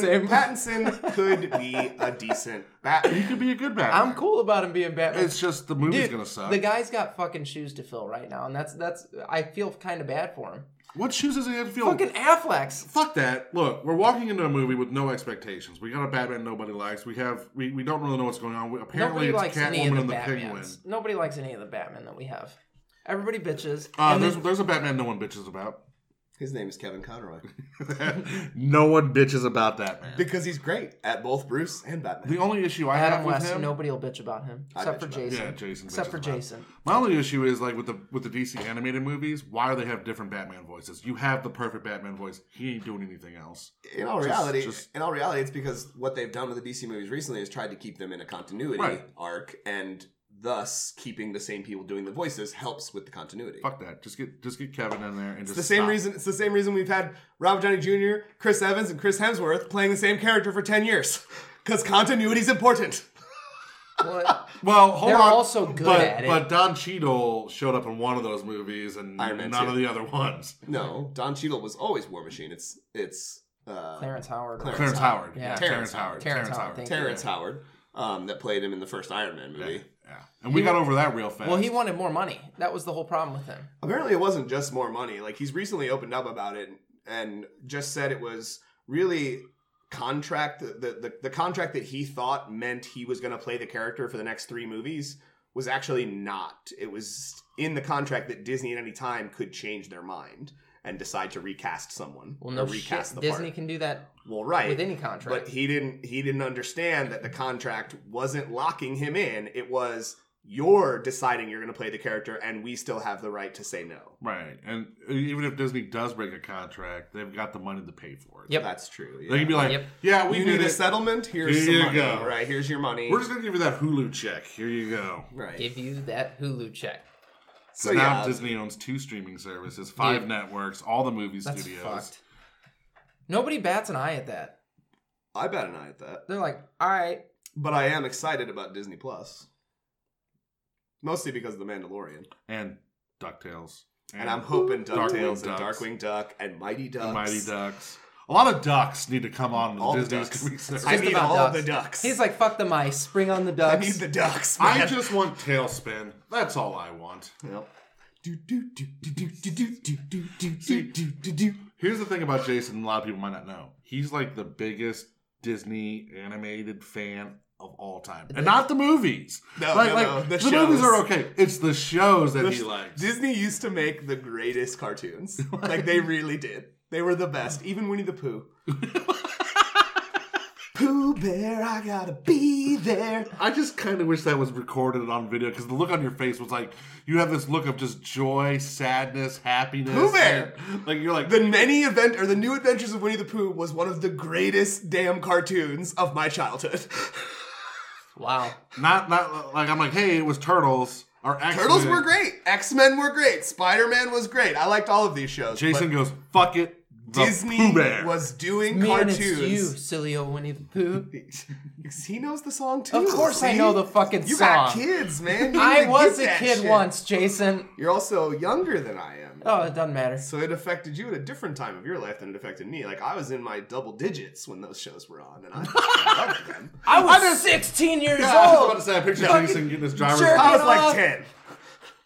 S1: Same, same.
S3: Pattinson could be a decent
S2: He
S3: Batman.
S2: could be a good Batman.
S1: I'm cool about him being Batman.
S2: It's just the movie's
S1: Dude,
S2: gonna suck.
S1: the guy's got fucking shoes to fill right now, and that's that's. I feel kind of bad for him.
S2: what shoes does he have to feel?
S1: Fucking Affleck's.
S2: Fuck that. Look, we're walking into a movie with no expectations. We got a Batman nobody likes. We have we, we don't really know what's going on. We, apparently
S1: Nobody likes
S2: it's
S1: any of
S2: Catwoman
S1: the,
S2: and the Penguin.
S1: Batmans. Nobody likes any of the Batman that we have. Everybody bitches.
S2: Uh,
S1: and
S2: there's
S1: then-
S2: there's a Batman no one bitches about.
S3: His name is Kevin Conroy.
S2: no one bitches about that man.
S3: Because he's great at both Bruce and Batman.
S2: The only issue I have
S1: Adam
S2: with
S1: West,
S2: him.
S1: nobody will bitch about him except
S3: bitch
S1: for
S3: about
S1: Jason.
S2: Yeah, Jason bitches
S1: Except for
S2: about him.
S1: Jason.
S2: My only issue is like with the with the DC animated movies, why do they have different Batman voices? You have the perfect Batman voice. He ain't doing anything else.
S3: in all
S2: Just-
S3: reality,
S2: just-
S3: in all reality, it's because what they've done with the DC movies recently is tried to keep them in a continuity
S2: Right.
S3: arc, and thus keeping the same people doing the voices helps with the continuity.
S2: Fuck that. Just get just get Kevin in there and just
S3: It's the same
S2: stop.
S3: reason. It's the same reason we've had Robert Downey Jr., Chris Evans, and Chris Hemsworth playing the same character for ten years, because continuity is important.
S1: What?
S2: Well, hold
S1: They're
S2: on.
S1: also good
S2: but,
S1: at it.
S2: But Don Cheadle showed up in one of those movies and
S3: Iron Man
S2: none
S3: 2.
S2: of the other ones.
S3: No, Don Cheadle was always War Machine. It's it's uh,
S1: Clarence Howard.
S3: Clarence.
S2: Clarence Howard.
S1: Yeah.
S2: Yeah, Terrence Howard. Terrence Howard.
S1: thank you.
S3: Terrence Howard um, that played him in the first Iron Man movie.
S2: Yeah. And we got over that real fast.
S1: Well, he wanted more money. That was the whole problem with him.
S3: Apparently, it wasn't just more money. Like he's recently opened up about it and just said it was really contract the the, the contract that he thought meant he was going to play the character for the next three movies was actually not. It was in the contract that Disney at any time could change their mind and decide to recast someone
S1: Well, no
S3: or recast
S1: shit.
S3: the
S1: Disney
S3: part.
S1: can do that
S3: Well, right.
S1: with any contract.
S3: But he didn't he didn't understand that the contract wasn't locking him in. It was You're deciding you're going to play the character, and we still have the right to say no.
S2: Right. And even if Disney does break a contract, they've got the money to pay for it.
S1: Yep.
S3: That's true.
S2: They
S3: Yeah.
S2: can be like,
S1: Yep.
S2: yeah, we
S3: you
S2: did
S3: need a
S2: it.
S3: settlement. Here's
S2: Here
S3: some
S2: you
S3: money.
S2: go.
S3: Right. Here's your money.
S2: We're just going to give you that Hulu check. Here you go.
S3: right.
S1: Give you that Hulu check.
S3: so
S2: now
S3: yeah,
S2: Disney owns two streaming services, five
S1: Dude.
S2: networks, all the movie
S1: That's
S2: studios.
S1: fucked. Nobody bats an eye at that.
S3: I bet an eye at that.
S1: They're like, all right,
S3: But I am excited about Disney Plus, mostly because of The Mandalorian,
S2: And DuckTales.
S3: and I'm hoping
S2: Darkwing
S3: Ducktales and
S2: Ducks.
S3: Darkwing Duck and Mighty Ducks,
S2: The Mighty Ducks. A lot of ducks need to come on
S3: All
S2: the
S3: the
S2: Disney
S3: ducks.
S2: streaming service.
S3: I
S1: Just
S3: need
S1: about
S3: all
S1: ducks.
S3: the ducks.
S1: he's like, fuck the mice, bring on the ducks.
S3: I need the ducks. Man.
S2: I just want Tailspin. That's all I want.
S3: Yep.
S2: Here's the thing about Jason, a lot of people might not know. He's like the biggest Disney animated fan of all time. And not the movies.
S3: No,
S2: like,
S3: no,
S2: like
S3: no,
S2: the,
S3: the
S2: movies
S3: shows.
S2: are okay. It's the shows that
S3: The
S2: he
S3: sh-
S2: likes.
S3: Disney used to make the greatest cartoons. like they really did. They were the best. Even Winnie the Pooh. Pooh Bear, I gotta be there.
S2: I just kind of wish that was recorded on video because the look on your face was like you have this look of just joy, sadness, happiness.
S3: Pooh Bear!
S2: and, like you're like
S3: The many event or the new adventures of Winnie the Pooh was one of the greatest damn cartoons of my childhood.
S1: Wow.
S2: not not like I'm like hey it was turtles or X-Men.
S3: Turtles were great. X Men were great. Spider Man was great. I liked all of these shows.
S2: Jason
S3: but
S2: goes fuck it. The
S3: Disney
S2: Pooh Bear.
S3: was doing
S1: Me and it's you,
S3: cartoons.
S1: silly old Winnie the Pooh.
S3: He knows the song too.
S1: Of course I
S3: see?
S1: know the fucking
S3: You
S1: song.
S3: got kids, man. You need
S1: I
S3: to
S1: was
S3: get
S1: a
S3: that
S1: kid
S3: shit.
S1: once, Jason.
S3: You're also younger than I am.
S1: Oh, it doesn't matter.
S3: So it affected you at a different time of your life than it affected me. Like I was in my double digits when those shows were on, and I loved them.
S1: I was 16 years
S2: Yeah, I was about
S1: old.
S2: to say I picture Jason getting his driver's
S1: jerk
S3: I was
S1: Get
S3: like
S1: off.
S3: ten.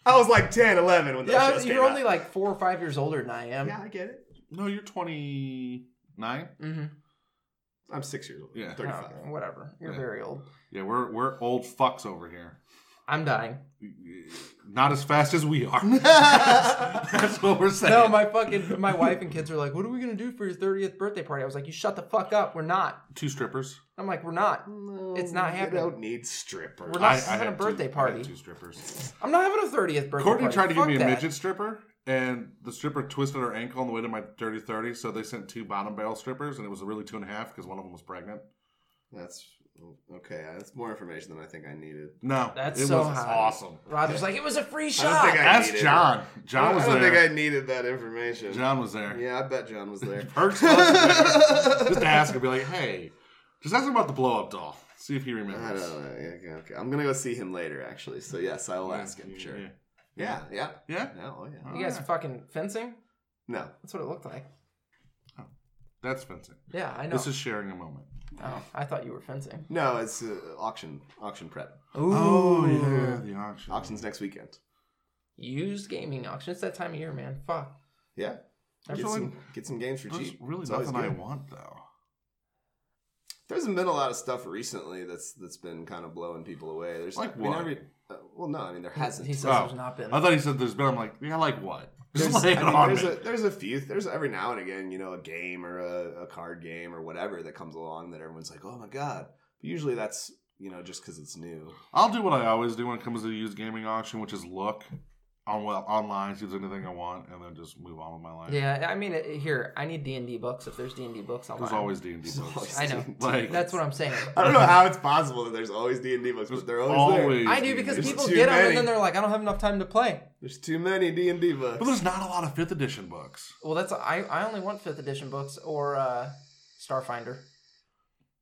S3: I was like 10, 11 when those
S1: Yeah,
S3: shows came
S1: you're
S3: out.
S1: only like four or five years older than I am.
S3: yeah, I get it.
S2: No, you're 29.
S1: Mm-hmm. Oh,
S3: I'm six years old.
S2: Yeah.
S3: thirty-five.
S1: whatever. You're
S2: Yeah.
S1: very old.
S2: Yeah, we're we're old fucks over here.
S1: I'm dying.
S2: Not as fast as we are. that's, that's what we're saying.
S1: No, my fucking my wife and kids are like, "What are we gonna do for your 30th birthday party?" I was like, "You shut the fuck up. We're not."
S2: Two strippers.
S1: I'm like, "We're not. It's not happening.
S3: You don't need strippers.
S1: We're not-
S2: I- I
S1: having a
S2: had two-
S1: birthday
S2: I had
S1: party.
S2: two strippers.
S1: I'm not having a 30th birthday
S2: Courtney
S1: party.
S2: tried to give
S1: Fuck
S2: me a
S1: that.
S2: midget stripper, and the stripper twisted her ankle on the way to my dirty thirty. So they sent two bottom barrel strippers, and it was really two and a half because one of them was pregnant.
S3: That's okay. That's more information than I think I needed.
S2: No,
S1: That's
S2: it
S1: so
S2: was
S1: hot.
S2: awesome.
S1: Roger's like, "It was a free
S3: I don't
S1: shot."
S3: think I
S2: Ask
S3: needed
S2: John. John was
S3: I don't
S2: there.
S3: think I needed that information.
S2: John was there.
S3: Yeah, I bet John was there.
S2: Perks wasn't there. Just to ask him, be like, hey, just ask him about the blow up doll. See if he
S3: I
S2: remembers.
S3: don't know. Okay, okay. I'm gonna go see him later, actually. So yes, I will ask him.
S2: Yeah,
S3: Sure.
S2: yeah.
S3: Yeah, yeah.
S2: Yeah?
S3: No, oh yeah.
S1: you guys fucking fencing?
S3: No.
S1: That's what it looked like.
S2: That's fencing.
S1: Yeah, I know.
S2: This is sharing a moment.
S1: oh, I thought you were fencing.
S3: No, it's uh, auction auction prep.
S1: Ooh.
S2: Oh, the auction.
S3: Auction's next weekend.
S1: Used gaming auction. It's that time of year, man. Fuck.
S3: Yeah. Get
S2: There's
S3: some,
S2: really-
S3: get some games for
S2: There's
S3: cheap.
S2: really
S3: It's always
S2: nothing I
S3: good.
S2: want, though.
S3: There hasn't been a lot of stuff recently that's that's been kind of blowing people away. There's
S2: Like
S3: I mean,
S2: what?
S3: every, uh, well, no, I mean there hasn't.
S1: He says
S2: Oh.
S1: there's not been.
S2: I thought he said there's been. I'm like, yeah, like what? Just
S3: There's,
S2: lay it
S3: I mean,
S2: on
S3: there's
S2: me.
S3: a there's a few there's every now and again you know a game or a, a card game or whatever that comes along that everyone's like oh my god but usually that's you know just because it's new
S2: I'll do what I always do when it comes to the used gaming auction, which is look on well online, see if there's anything I want, and then just move on with my life.
S1: yeah, I mean, it- here I need D and D books. If there's D and D books, I'll buy.
S2: There's
S1: 'em.
S2: always D and D
S3: There's
S2: books.
S3: always
S1: I know.
S3: D&D.
S2: Like
S1: That's what I'm saying.
S3: I don't know how it's possible that there's always D and D books,
S2: there's
S3: but they're always, there.
S1: I do because
S2: D&D
S3: There's
S1: people
S3: too
S1: get them
S3: many.
S1: and then they're like, I don't have enough time to play.
S3: There's too many D and D books.
S2: But there's not a lot of fifth edition books.
S1: Well, that's I. I only want fifth edition books or uh, Starfinder.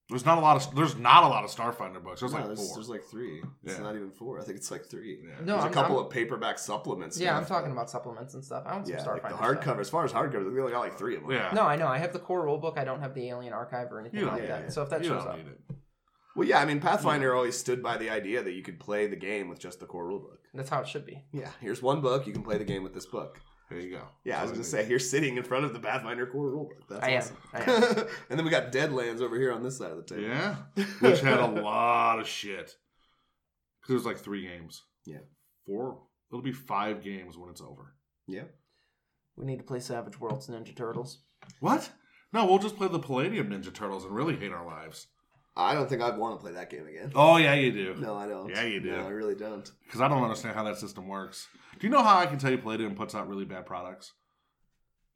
S2: There's not a lot of there's not a lot of Starfinder books. There's
S3: No,
S2: like
S3: there's,
S2: four.
S3: there's like three. It's
S2: Yeah.
S3: not even four. I think it's like three.
S2: Yeah.
S1: No,
S3: there's
S1: I'm,
S3: a couple
S1: I'm-
S3: of paperback supplements.
S1: yeah, I'm
S3: left.
S1: talking about supplements and stuff. I want some
S3: Yeah,
S1: Starfinder.
S3: like the
S1: stuff.
S3: hardcover. As far as hardcovers, we only got like three of them.
S2: yeah.
S1: No, I know. I have the core rulebook. I don't have the Alien Archive or anything
S2: You don't
S1: like
S2: need
S1: that.
S3: it.
S1: So if that
S2: you
S1: shows
S2: don't
S1: up,
S2: need it.
S3: Well, yeah, I mean, Pathfinder always stood by the idea that you could play the game with just the core rulebook.
S1: that's how it should be.
S3: Yeah, here's one book. You can play the game with this book.
S2: There you go.
S3: Yeah, I was gonna say you're sitting in front of the Pathfinder core rulebook. That's
S1: I am.
S3: awesome.
S1: I am.
S3: and then we got Deadlands over here on this side of the table.
S2: Yeah. Which had a lot of shit. Because it was like three games.
S3: Yeah.
S2: Four. It'll be five games when it's over.
S3: yeah.
S1: We need to play Savage Worlds Ninja Turtles.
S2: What? No, we'll just play the Palladium Ninja Turtles and really hate our lives.
S3: I don't think I'd want to play that game again.
S2: Oh yeah, you do.
S3: No, I don't.
S2: Yeah, you do.
S3: No, I really don't.
S2: Because I don't understand how that system works. Do you know how I can tell you Palladium puts out really bad products?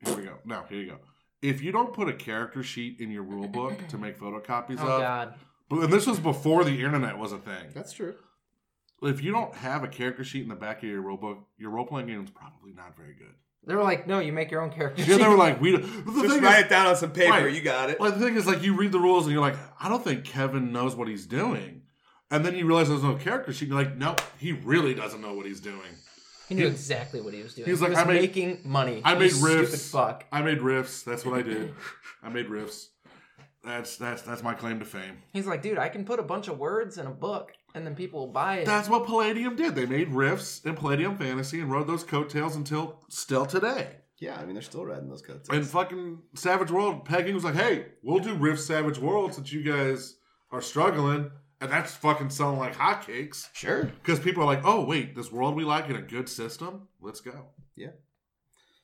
S2: Here we go. No, here you go. If you don't put a character sheet in your rule book to make photocopies
S1: Oh
S2: of,
S1: God.
S2: but and this was before the internet was a thing.
S3: That's true.
S2: If you don't have a character sheet in the back of your rule book, your role playing game is probably not very good.
S1: They were like, no, you make your own character.
S2: Yeah, they
S1: sheet.
S2: were like, we. don't- The
S3: Just
S2: thing
S3: write
S2: is,
S3: it down on some paper.
S2: Right.
S3: You got it.
S2: Well, the thing is, like, you read the rules and you're like, I don't think Kevin knows what he's doing. And then you realize there's no character sheet. You're like, no, he really doesn't know what he's doing.
S1: he knew exactly what he was doing.
S2: He was
S1: he
S2: like,
S1: was
S2: I made-
S1: making money.
S2: I
S1: you
S2: made
S1: Stupid
S2: riffs.
S1: fuck.
S2: I made riffs. That's what I did. I made riffs. That's that's that's my claim to fame.
S1: He's like, dude, I can put a bunch of words in a book, and then people will buy it.
S2: That's what Palladium did. They made riffs in Palladium Fantasy and rode those coattails until still today.
S3: Yeah, I mean they're still riding those coats.
S2: And fucking Savage World pegging was like, hey, we'll do riff Savage World since you guys are struggling, and that's fucking selling like hotcakes.
S3: Sure.
S2: Because people are like, oh wait, this world we like in a good system. Let's go.
S3: Yeah.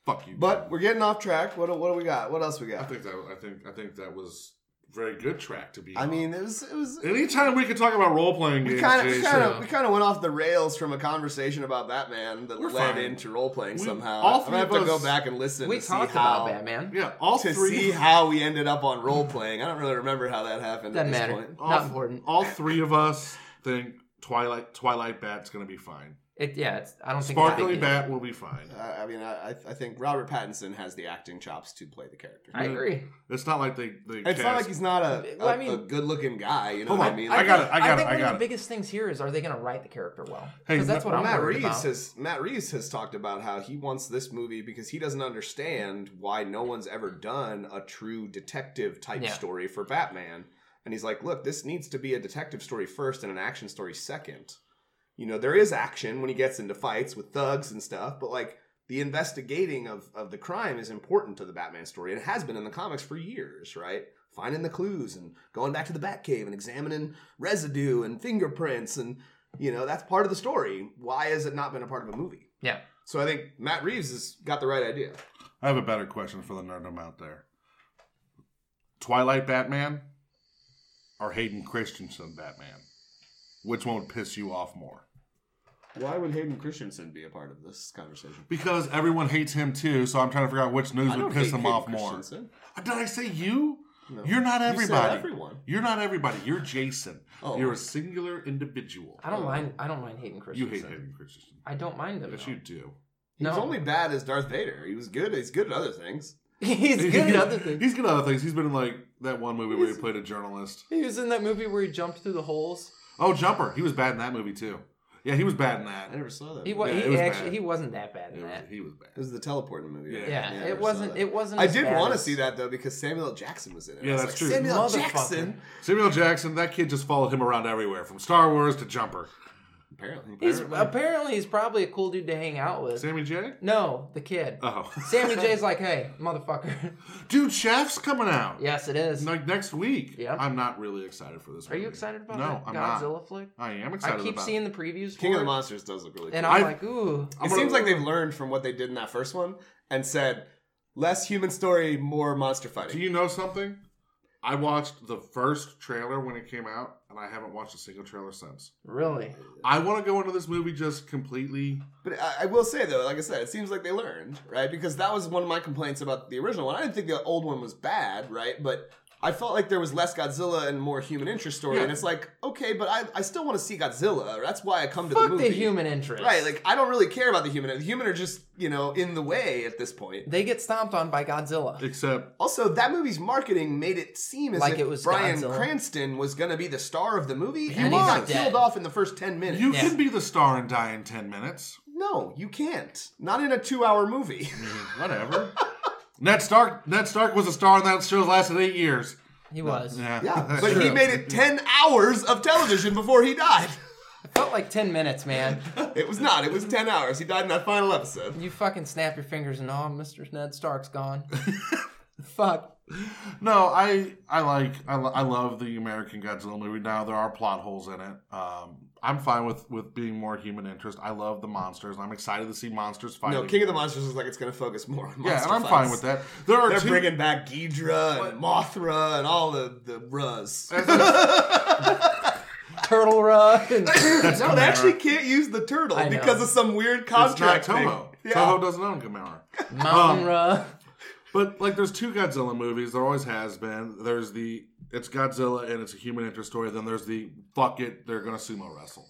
S2: Fuck you.
S3: But we're getting off track. What what do we got? What else we
S2: I
S3: got?
S2: think that I think I think that was very good track to be.
S3: I
S2: on.
S3: mean, it was it was
S2: anytime we can talk about role playing
S3: we
S2: games,
S3: kind of we
S2: Jason,
S3: kind
S1: sure.
S3: of we kind of went off the rails from a conversation about Batman that
S2: We're
S3: led
S2: fine.
S3: into role playing
S2: We-
S3: somehow.
S2: all
S3: I'm gonna have
S2: three
S3: to
S2: of
S3: go
S2: us-
S3: back and listen.
S1: we
S3: to
S1: talked
S3: see
S1: about
S3: how,
S1: Batman.
S2: yeah, all
S3: to
S2: three.
S3: see how we ended up on role playing. I don't really remember how that happened.
S1: Doesn't
S3: at this
S1: matter.
S3: Point.
S2: all,
S1: Not important.
S2: All three of us think Twilight Twilight Bat's gonna be fine.
S1: It, yeah, it's, I don't think it's a big
S2: Sparkly
S1: deal.
S2: Bat will be fine.
S3: Uh, I I mean, I, I- I think Robert Pattinson has the acting chops to play the character.
S1: I agree.
S2: It's not like they they.
S3: it's not
S2: cast-
S3: like he's not a,
S1: Well,
S3: a-
S1: I mean-
S3: a good-looking guy. You know
S2: Hold
S3: what I
S2: on.
S3: mean?
S2: I
S3: Like,
S2: got it, I got it,
S1: think
S2: I
S1: one
S2: got
S1: of
S2: it.
S1: the biggest things here is are they going to write the character well?
S2: Hey,
S1: Because that's what I'm
S3: Matt
S1: worried
S3: Reeves
S1: about.
S3: has Matt Reeves has talked about how he wants this movie because he doesn't understand why no one's ever done a true detective type
S1: Yeah.
S3: story for Batman, and he's like, look, this needs to be a detective story first and an action story second. You know, there is action when he gets into fights with thugs and stuff, but like the investigating of of the crime is important to the Batman story, and it has been in the comics for years, right? Finding the clues and going back to the Batcave and examining residue and fingerprints and you know, that's part of the story. Why has it not been a part of a movie?
S1: Yeah.
S3: So I think Matt Reeves has got the right idea.
S2: I have a better question for the nerdum out there. Twilight Batman or Hayden Christensen Batman? Which one would piss you off more?
S3: Why would Hayden Christensen be a part of this conversation?
S2: Because everyone hates him too, so I'm trying to figure out which news would piss him off more. Did I say you?
S3: No.
S2: You're not
S3: You said
S2: everybody.
S3: everyone.
S2: You're not everybody. You're Jason.
S3: Oh.
S2: You're a singular individual.
S1: I don't mind. I don't mind Hayden
S2: You
S1: Christensen.
S2: hate Hayden Christensen.
S1: I don't mind him.
S2: Yes,
S1: though.
S2: you do.
S3: He was
S1: No.
S3: only bad as Darth Vader. He was good. He's good at other things.
S1: He's good at other things.
S2: He's good at other things. He's been in like that one movie where he played a journalist.
S1: He was in that movie where he jumped through the holes.
S2: Oh, Jumper. He was bad in that movie too. Yeah, he was bad in that.
S3: I never saw that.
S1: He,
S3: movie.
S1: wa-
S2: Yeah, it
S1: he
S2: was
S1: actually
S2: bad.
S1: he wasn't that bad in
S2: It was-
S1: that.
S2: he was bad.
S3: It was the teleporting movie. right?
S1: Yeah,
S3: I
S1: it
S3: never saw
S1: wasn't.
S3: that.
S1: It wasn't.
S3: I
S1: as
S3: did
S1: bad
S3: want to
S1: as-
S3: see that though because Samuel L. Jackson was in it.
S2: Yeah,
S3: I was
S2: that's
S3: like,
S2: true.
S3: Samuel L.
S1: Motherfucker.
S3: Jackson.
S2: Samuel Jackson, that kid just followed him around everywhere, from Star Wars to Jumper.
S3: Apparently,
S1: He's
S3: apparently.
S1: apparently he's probably a cool dude to hang out with.
S2: Sammy J?
S1: No, the kid.
S2: Oh.
S1: Sammy J's like, hey, motherfucker.
S2: Dude, Chef's coming out.
S1: yes, it is.
S2: Like next week.
S1: Yeah.
S2: I'm not really excited for this
S1: Are you
S2: movie.
S1: excited about
S2: No,
S1: that
S2: I'm not.
S1: Godzilla flick?
S2: I am
S1: I
S2: excited
S1: keep
S2: about
S1: seeing the previews for
S3: King
S1: it,
S3: of the Monsters does look really cool.
S1: and I'm
S2: I-
S1: like, ooh.
S2: I'm
S3: it
S2: gonna-
S3: seems like they've learned from what they did in that first one and said less human story, more monster
S2: Do
S3: fighting.
S2: you know something? I watched the first trailer when it came out, and I haven't watched a single trailer since.
S1: Really?
S2: I want to go into this movie just completely.
S3: But I, I will say though, like I said, it seems like they learned, right? Because that was one of my complaints about the original one. I didn't think the old one was bad, right? But I felt like there was less Godzilla and more human interest story,
S2: Yeah.
S3: and it's like, okay, but I, I still want to see Godzilla. That's why I come to the
S1: Fuck
S3: movie.
S1: the human interest.
S3: Right, like I don't really care about the human. The human are just, you know, in the way at this point.
S1: they get stomped on by Godzilla.
S2: Except,
S3: Also, that movie's marketing made it seem as
S1: Like
S3: if
S1: it was
S3: Brian
S1: Godzilla.
S3: Cranston was going to be the star of the movie,
S2: He
S3: and he got
S1: was.
S3: killed off in the first ten minutes.
S2: you
S1: Yeah.
S2: can be the star and die in 10 minutes.
S3: no, you can't. Not in a two-hour movie.
S2: Whatever. Ned Stark Ned Stark was a star in that show's lasted eight years.
S1: He was.
S3: yeah,
S2: that's
S3: but he
S2: true.
S3: made it ten hours of television before he died.
S1: It felt like 10 minutes, man.
S3: It was not. It was ten hours. He died in that final episode.
S1: you fucking snap your fingers and, oh, Mr. Ned Stark's gone. Fuck.
S2: No, I I like I, lo- I love the American Godzilla movie. Now there are plot holes in it. Um, I'm fine with with being more human interest. I love the monsters. I'm excited to see monsters fighting.
S3: No, King of the Monsters is like it's going to focus more on
S2: Yeah,
S3: monster
S2: and I'm
S3: fights.
S2: fine with that. There are
S3: They're
S2: two.
S3: bringing back Ghidra and Mothra and all the the Ruz.
S1: Turtle Rock. and-
S3: no,
S2: Gamora.
S3: they actually can't use the turtle
S1: I know.
S3: because of some weird
S2: it's not
S3: contract thing.
S2: Toho.
S3: Yeah.
S2: Toho doesn't own Gamora.
S1: Mountain Ra.
S2: But like, there's two Godzilla movies. There always has been. There's the it's Godzilla and it's a human interest story. Then there's the fuck it, they're gonna sumo wrestle.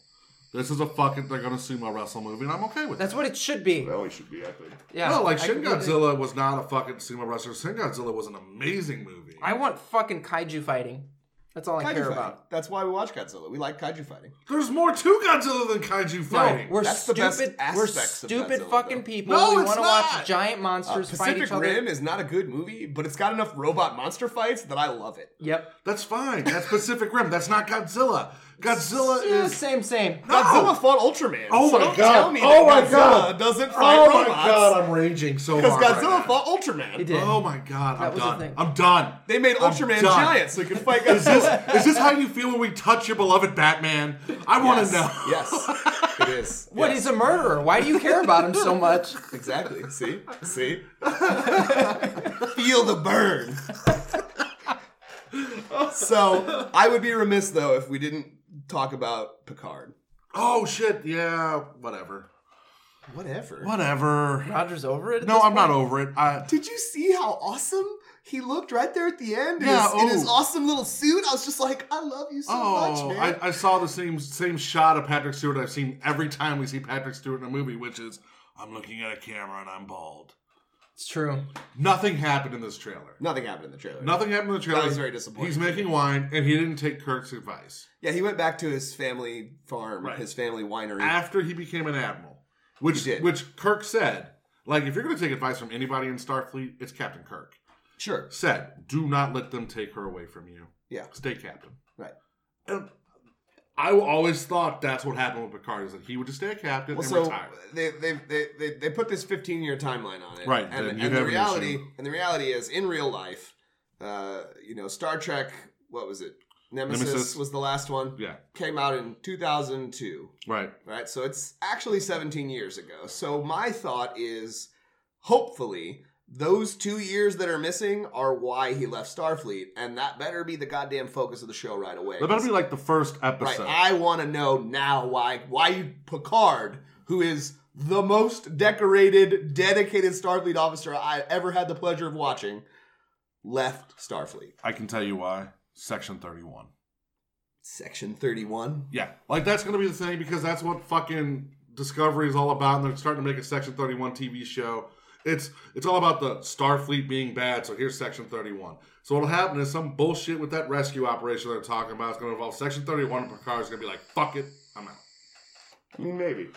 S2: This is a fuck it, they're gonna sumo wrestle movie, and I'm okay with
S1: That's
S2: that.
S1: what it should be.
S3: Well, it should be, I think.
S1: Yeah.
S2: no, like
S1: I
S2: Shin
S1: completely-
S2: Godzilla was not a fucking sumo wrestler. Shin Godzilla was an amazing movie.
S1: I want fucking kaiju fighting. That's all I
S3: Kaiju
S1: care
S3: fighting.
S1: about.
S3: That's why we watch Godzilla. We like kaiju fighting.
S2: There's more to Godzilla than kaiju fighting.
S1: No, we're
S3: That's the
S1: stupid.
S3: best
S1: we're
S3: aspects of
S1: stupid
S3: Godzilla,
S1: fucking
S3: though.
S1: people.
S2: No,
S1: we
S2: it's
S1: want to
S2: not.
S1: watch giant
S3: Uh,
S1: monsters fight
S3: Pacific
S1: each other.
S3: Rim is not a good movie, but it's got enough robot monster fights that I love it.
S1: Yep.
S2: That's fine. That's Pacific Rim. That's not Godzilla. Godzilla
S1: Yeah,
S2: is
S1: same, same.
S3: Godzilla fought Ultraman.
S2: Oh
S3: so
S2: my
S3: don't
S2: God.
S3: Tell me
S2: Oh
S3: that
S2: my
S3: Godzilla
S2: God.
S3: Doesn't fight
S2: Oh my
S3: robots.
S2: god, I'm raging so hard.
S3: Because Godzilla
S2: right now.
S3: fought Ultraman.
S1: He did.
S2: Oh my god, I'm
S1: That was the
S2: done.
S1: thing.
S2: I'm done.
S3: They made Ultraman
S2: done.
S3: giant so he could fight
S2: Is this,
S3: Godzilla.
S2: is this how you feel when we touch your beloved Batman? I want to know.
S3: yes, it is.
S1: What
S3: yes.
S1: he's a murderer? Why do you care about him so much?
S3: Exactly. See? See? Feel the burn. so, I would be remiss though if we didn't talk about Picard.
S2: Oh shit. Yeah. Whatever.
S3: Whatever.
S2: Whatever.
S1: Roger's over it. at
S2: No,
S1: this
S2: I'm not
S1: point?
S2: over it. I,
S3: Did you see how awesome he looked right there at the end in,
S2: Yeah,
S3: his, in his
S2: oh.
S3: awesome little suit? I was just like, I love you so
S2: oh,
S3: much, man.
S2: I, I saw the same same shot of Patrick Stewart I've seen every time we see Patrick Stewart in a movie, which is I'm looking at a camera and I'm bald.
S1: It's true.
S2: Nothing happened in this trailer.
S3: Nothing happened in the trailer.
S2: Nothing happened in the trailer.
S3: was very disappointing.
S2: He's making wine, and he didn't take Kirk's advice
S3: Yeah, he went back to his family farm,
S2: Right.
S3: his family winery.
S2: after he became an admiral, which
S3: He did.
S2: which Kirk said, like if you're going to take advice from anybody in Starfleet, it's Captain Kirk.
S3: sure.
S2: Said, do not let them take her away from you.
S3: Yeah.
S2: stay captain.
S3: Right.
S2: And I always thought that's what happened with Picard is that he would just stay a captain
S3: Well,
S2: and
S3: so
S2: retire.
S3: they, they, they, they, they put this 15 year timeline on it,
S2: Right,
S3: And,
S2: then
S3: and,
S2: you
S3: the
S2: have an
S3: reality,
S2: issue.
S3: and the reality is, in real life, uh, you know, Star Trek, what was it? Nemesis,
S2: Nemesis.
S3: was the last one.
S2: Yeah,
S3: Came out in 2002,
S2: right.
S3: right? So it's actually 17 years ago. So my thought is, hopefully, those two years that are missing are why he left Starfleet, and that better be the goddamn focus of the show right away.
S2: That better be like the first
S3: Right.
S2: episode.
S3: I want to know now why why Picard, who is the most decorated, dedicated Starfleet officer I ever had the pleasure of watching, left Starfleet.
S2: I can tell you why. Section thirty-one.
S3: Section thirty-one.
S2: Yeah, like that's gonna be the thing because that's what fucking Discovery is all about, and they're starting to make a Section Thirty One TV show. It's it's all about the Starfleet being bad, so here's Section Thirty One. So what'll happen is some bullshit with that rescue operation they're talking about is gonna involve Section Thirty One, and Picard's gonna be like, "Fuck it, I'm out."
S3: I mean, maybe.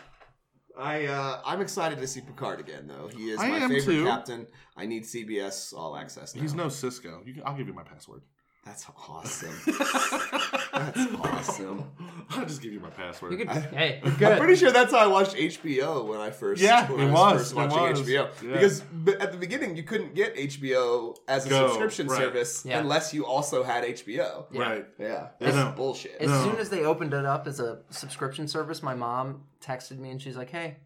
S3: I uh, I'm excited to see Picard again, though. He is
S2: I
S3: my
S2: am
S3: favorite
S2: too.
S3: captain. I need CBS All Access now.
S2: He's no Cisco. You can, I'll give you my password.
S3: That's awesome. That's awesome.
S2: I'll just give you my password.
S1: You could.
S3: I-
S1: hey, you're
S3: I'm
S1: good.
S3: pretty sure that's how I watched HBO when I first
S2: Yeah,
S3: when
S2: it
S3: I
S2: was,
S3: first
S2: it
S3: watching
S2: was.
S3: HBO
S2: Yeah.
S3: because b- at the beginning you couldn't get HBO as a
S2: Go,
S3: subscription
S2: right.
S3: service
S1: Yeah.
S3: unless you also had HBO.
S1: Yeah.
S2: Right.
S3: Yeah,
S2: Yeah,
S3: that's
S2: no.
S3: bullshit.
S1: As
S2: No.
S1: soon as they opened it up as a subscription service, my mom texted me and she's like, "Hey,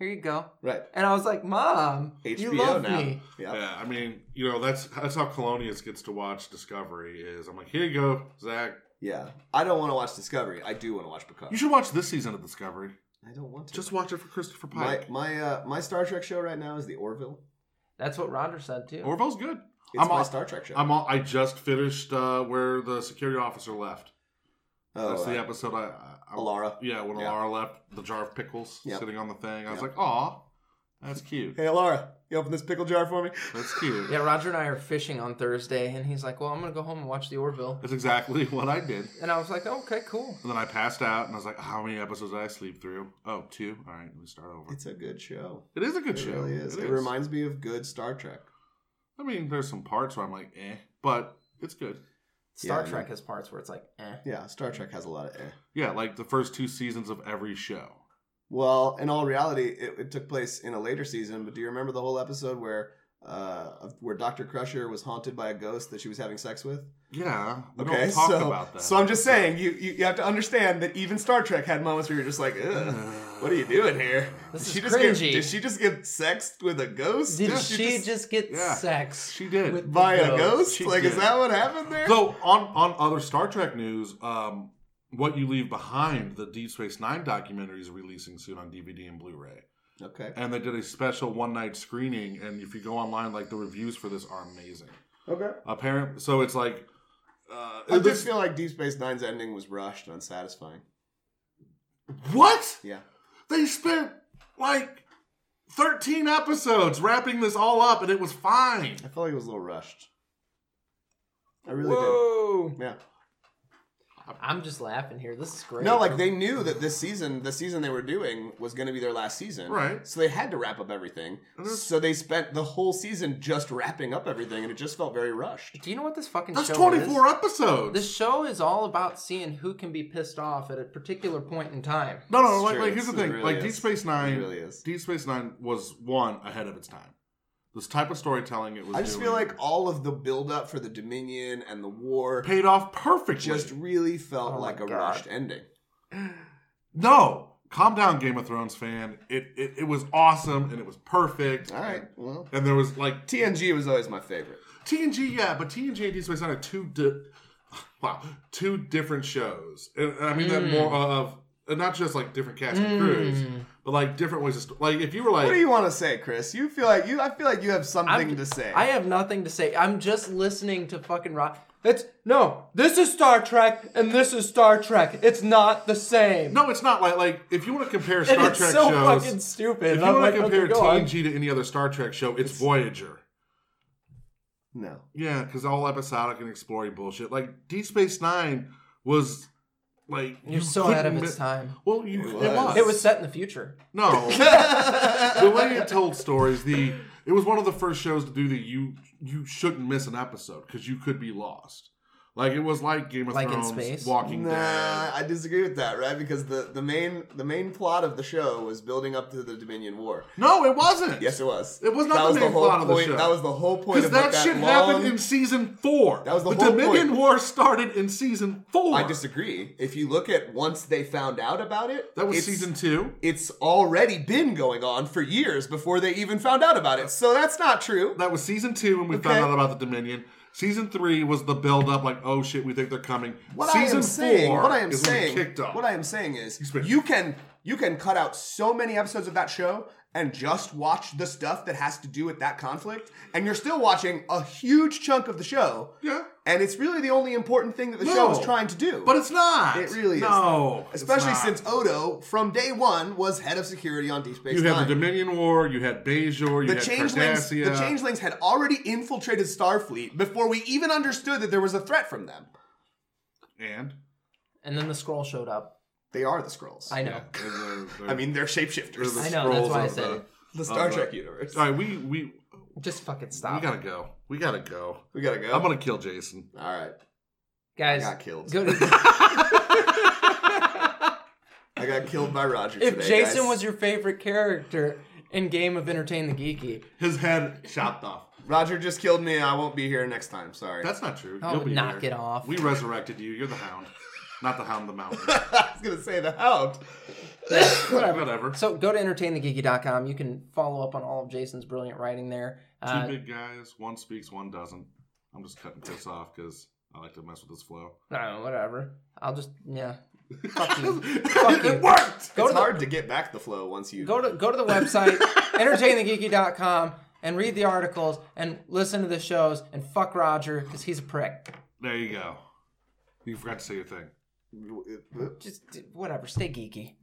S1: here you go."
S3: Right,
S1: And I was like, "Mom,
S3: HBO
S1: you love
S3: now.
S1: me."
S3: Yeah.
S2: Yeah, I mean, you know, that's that's how Colonius gets to watch Discovery. Is I'm like, here you go, Zach.
S3: yeah. I don't want to watch Discovery. I do want to watch Picard.
S2: You should watch this season of Discovery.
S3: I don't want to.
S2: Just watch it for Christopher Pike.
S3: my my uh, my Star Trek show right now is the Orville.
S1: That's what Roger said too.
S2: Orville's good.
S3: It's
S2: I'm
S3: my
S2: all-
S3: Star Trek show.
S2: I'm all, I just finished uh, where the security officer left.
S3: oh,
S2: That's the
S3: uh,
S2: episode I, I, I
S3: Alara.
S2: Yeah, when
S3: Yeah.
S2: Alara left, the jar of pickles
S3: Yep.
S2: sitting on the thing. I was
S3: Yep.
S2: like, aw, that's cute.
S3: Hey, Laura, you open this pickle jar for me?
S2: That's cute.
S1: Yeah, Roger and I are fishing on Thursday, and he's like, "Well, I'm gonna go home and watch the Orville."
S2: That's exactly what I did.
S1: And I was like, "Okay, cool."
S2: And then I passed out, and I was like, how many episodes did I sleep through? Oh, two. All right, let me start over.
S3: It's a good show.
S2: It is a good
S3: It
S2: show.
S3: really is. It, reminds me of good Star Trek.
S2: I mean, there's some parts where I'm like, eh, but it's good.
S1: Star
S3: Yeah, I
S1: Trek
S3: know.
S1: has parts where it's like, "Eh."
S3: Yeah, Star Trek has a lot of eh. air.
S2: Yeah, like the first two seasons of every show.
S3: Well, in all reality, it, it took place in a later season. But do you remember the whole episode where uh, of- where Doctor Crusher was haunted by a ghost that she was having sex with.
S2: Yeah. We
S3: Okay,
S2: don't talk
S3: so
S2: about that.
S3: so I'm just saying you, you you have to understand that even Star Trek had moments where you're just like, Ugh, what are you doing here?
S1: This is
S3: Did she just give,
S1: cringy.
S3: Did she just give sex with a ghost?
S1: Did
S3: Yeah,
S1: she, just, get
S2: yeah.
S1: sex
S2: She did.
S1: with
S3: by
S1: the
S3: a ghost?
S2: She
S3: like, is
S2: did.
S3: that what happened there?
S2: So on on other Star Trek news, um, what you leave behind, the Deep Space Nine documentary is releasing soon on DVD and Blu-ray,
S3: okay.
S2: and they did a special one night screening. And if you go online, like the reviews for this are amazing.
S3: Okay.
S2: Apparently, so it's like uh,
S3: I
S2: it
S3: just
S2: looks-
S3: feel like Deep Space Nine's ending was rushed and unsatisfying.
S2: what
S3: Yeah.
S2: they spent like thirteen episodes wrapping this all up, and it was fine.
S3: I felt like it was a little rushed. I really
S1: Whoa!
S3: did. Yeah.
S1: I'm just laughing here. This is great.
S3: No, like they knew that this season, the season they were doing, was going to be their last season.
S2: Right.
S3: So they had to wrap up everything.
S2: And it's-
S3: So they spent the whole season just wrapping up everything, and it just felt very rushed.
S1: Do you know what this fucking
S2: That's
S1: show
S2: twenty
S1: is?
S2: four episodes.
S1: This show is all about seeing who can be pissed off at a particular point in time.
S2: No, no,
S3: It's
S2: like,
S3: true.
S2: like here's the
S3: It's- it
S2: thing.
S3: really
S2: like
S3: is.
S2: Deep Space Nine,
S3: It really is.
S2: Deep Space Nine was one ahead of its time. This type of storytelling, it was.
S3: I just
S2: doing
S3: feel like all of the buildup for the Dominion and the war
S2: paid off perfectly.
S3: just really felt
S1: Oh my
S3: like a
S1: God.
S3: rushed ending.
S2: no, calm down, Game of Thrones fan. It it, it was awesome and it was perfect.
S3: All right. Well,
S2: And there was like
S3: TNG was always my favorite.
S2: TNG, yeah, but TNG and Deep Space Nine are two di- wow, two different shows. And, and I mean that more
S1: Mm.
S2: of and not just like different cast and crews, but like different ways of sto- like if you were like
S3: What do you want to say, Chris? You feel like you. I feel like you have something
S1: I'm-
S3: to say.
S1: I have nothing to say. I'm just listening to fucking rock. It's no. This is Star Trek, and this is Star Trek. It's not the same.
S2: no, it's not like like if you want to compare
S1: and
S2: Star
S1: it's
S2: Trek
S1: so
S2: shows,
S1: fucking stupid.
S2: If
S1: And
S2: you
S1: I'm
S2: want
S1: like,
S2: to compare
S1: okay, go on.
S2: TNG to any other Star Trek show, it's, Voyager.
S3: no.
S2: Yeah, because all episodic and exploring bullshit. Like Deep Space Nine was like
S1: You're
S2: you
S1: so ahead of
S2: couldn't
S1: its
S2: mi-
S1: time.
S2: Well, you, it,
S3: It
S2: was.
S3: was.
S1: It was set in the future.
S2: no the way it told stories. The it was one of the first shows to do the you you shouldn't miss an episode because you could be lost. Like it was like Game of
S1: Like in
S2: Thrones,
S1: space?
S2: Walking
S3: Nah,
S2: Dead.
S3: I disagree with that, right? Because the, the main the main plot of the show was building up to the Dominion War.
S2: No, it wasn't.
S3: Yes, it was.
S2: It was not
S3: that
S2: the
S3: was
S2: main
S3: whole
S2: plot of the
S3: point-
S2: show.
S3: That was the whole point.
S2: Because
S3: Of
S2: that,
S3: that
S2: shit
S3: long-
S2: happened in season four.
S3: That was the whole
S2: Dominion
S3: point.
S2: War started in season four.
S3: I disagree. If you look at once they found out about it,
S2: That was
S3: it's-
S2: season two.
S3: It's already been going on for years before they even found out about it. So that's not true.
S2: That was season two when we
S3: Okay.
S2: found out about the Dominion. Season three was the build up, like, oh shit, we think they're coming.
S3: What
S2: season
S3: I am saying,
S2: four
S3: what I am
S2: is when it
S3: saying,
S2: kicked off.
S3: what I am saying is,
S2: Experience.
S3: you can you can cut out so many episodes of that show and just watch the stuff that has to do with that conflict, and you're still watching a huge chunk of the show.
S2: yeah,
S3: And it's really the only important thing that the show
S2: No.
S3: is trying to do.
S2: but it's not.
S3: It really is.
S2: no, it's
S3: especially
S2: not.
S3: since Odo, from day one, was head of security on Deep Space
S2: you
S3: Nine.
S2: had the Dominion War, you had Bejor, you
S3: The
S2: had
S3: changelings,
S2: Cardassia.
S3: the changelings had already infiltrated Starfleet before we even understood that there was a threat from them.
S2: and
S1: And then the scroll showed up.
S3: They are the Skrulls.
S1: I know.
S2: They're- they're- they're-
S3: I mean, they're
S2: they're
S3: shapeshifters.
S2: the
S1: I know, that's
S2: scrolls
S1: why I
S2: of
S1: said
S2: the-
S1: it.
S3: The Star
S2: Uh,
S3: Trek universe.
S2: All right, we we we
S1: Just fucking stop,
S2: gotta go. We gotta go.
S3: We gotta go.
S2: I'm gonna kill Jason.
S3: All right.
S1: guys.
S3: I got killed.
S1: Go to,
S3: I got killed by Roger
S1: if
S3: today.
S1: Jason
S3: guys.
S1: was your favorite character in Game of Entertain the Geeky,
S2: His head chopped off.
S3: Roger just killed me. I won't be here next time. Sorry.
S2: That's not true.
S1: I
S2: You'll
S1: would
S2: be
S1: knock
S2: here.
S1: it off.
S2: We resurrected you. You're the Hound, not the Hound. The Mountain.
S3: I was gonna say the hound.
S2: Whatever.
S1: So go to entertainthegeeky.com. You can follow up on all of Jason's brilliant writing there.
S2: Two
S1: Uh,
S2: big guys, one speaks, one doesn't. I'm just cutting Chris off because I like to mess with his flow.
S1: no, whatever. I'll just yeah. you.
S2: it worked.
S1: Go
S3: it's
S1: to the,
S3: hard to get back the flow once you.
S1: go to go to the website entertainthegeeky.com and read the articles and listen to the shows and fuck Roger because he's a prick.
S2: There you go. You forgot to say your thing.
S1: Just whatever. Stay geeky.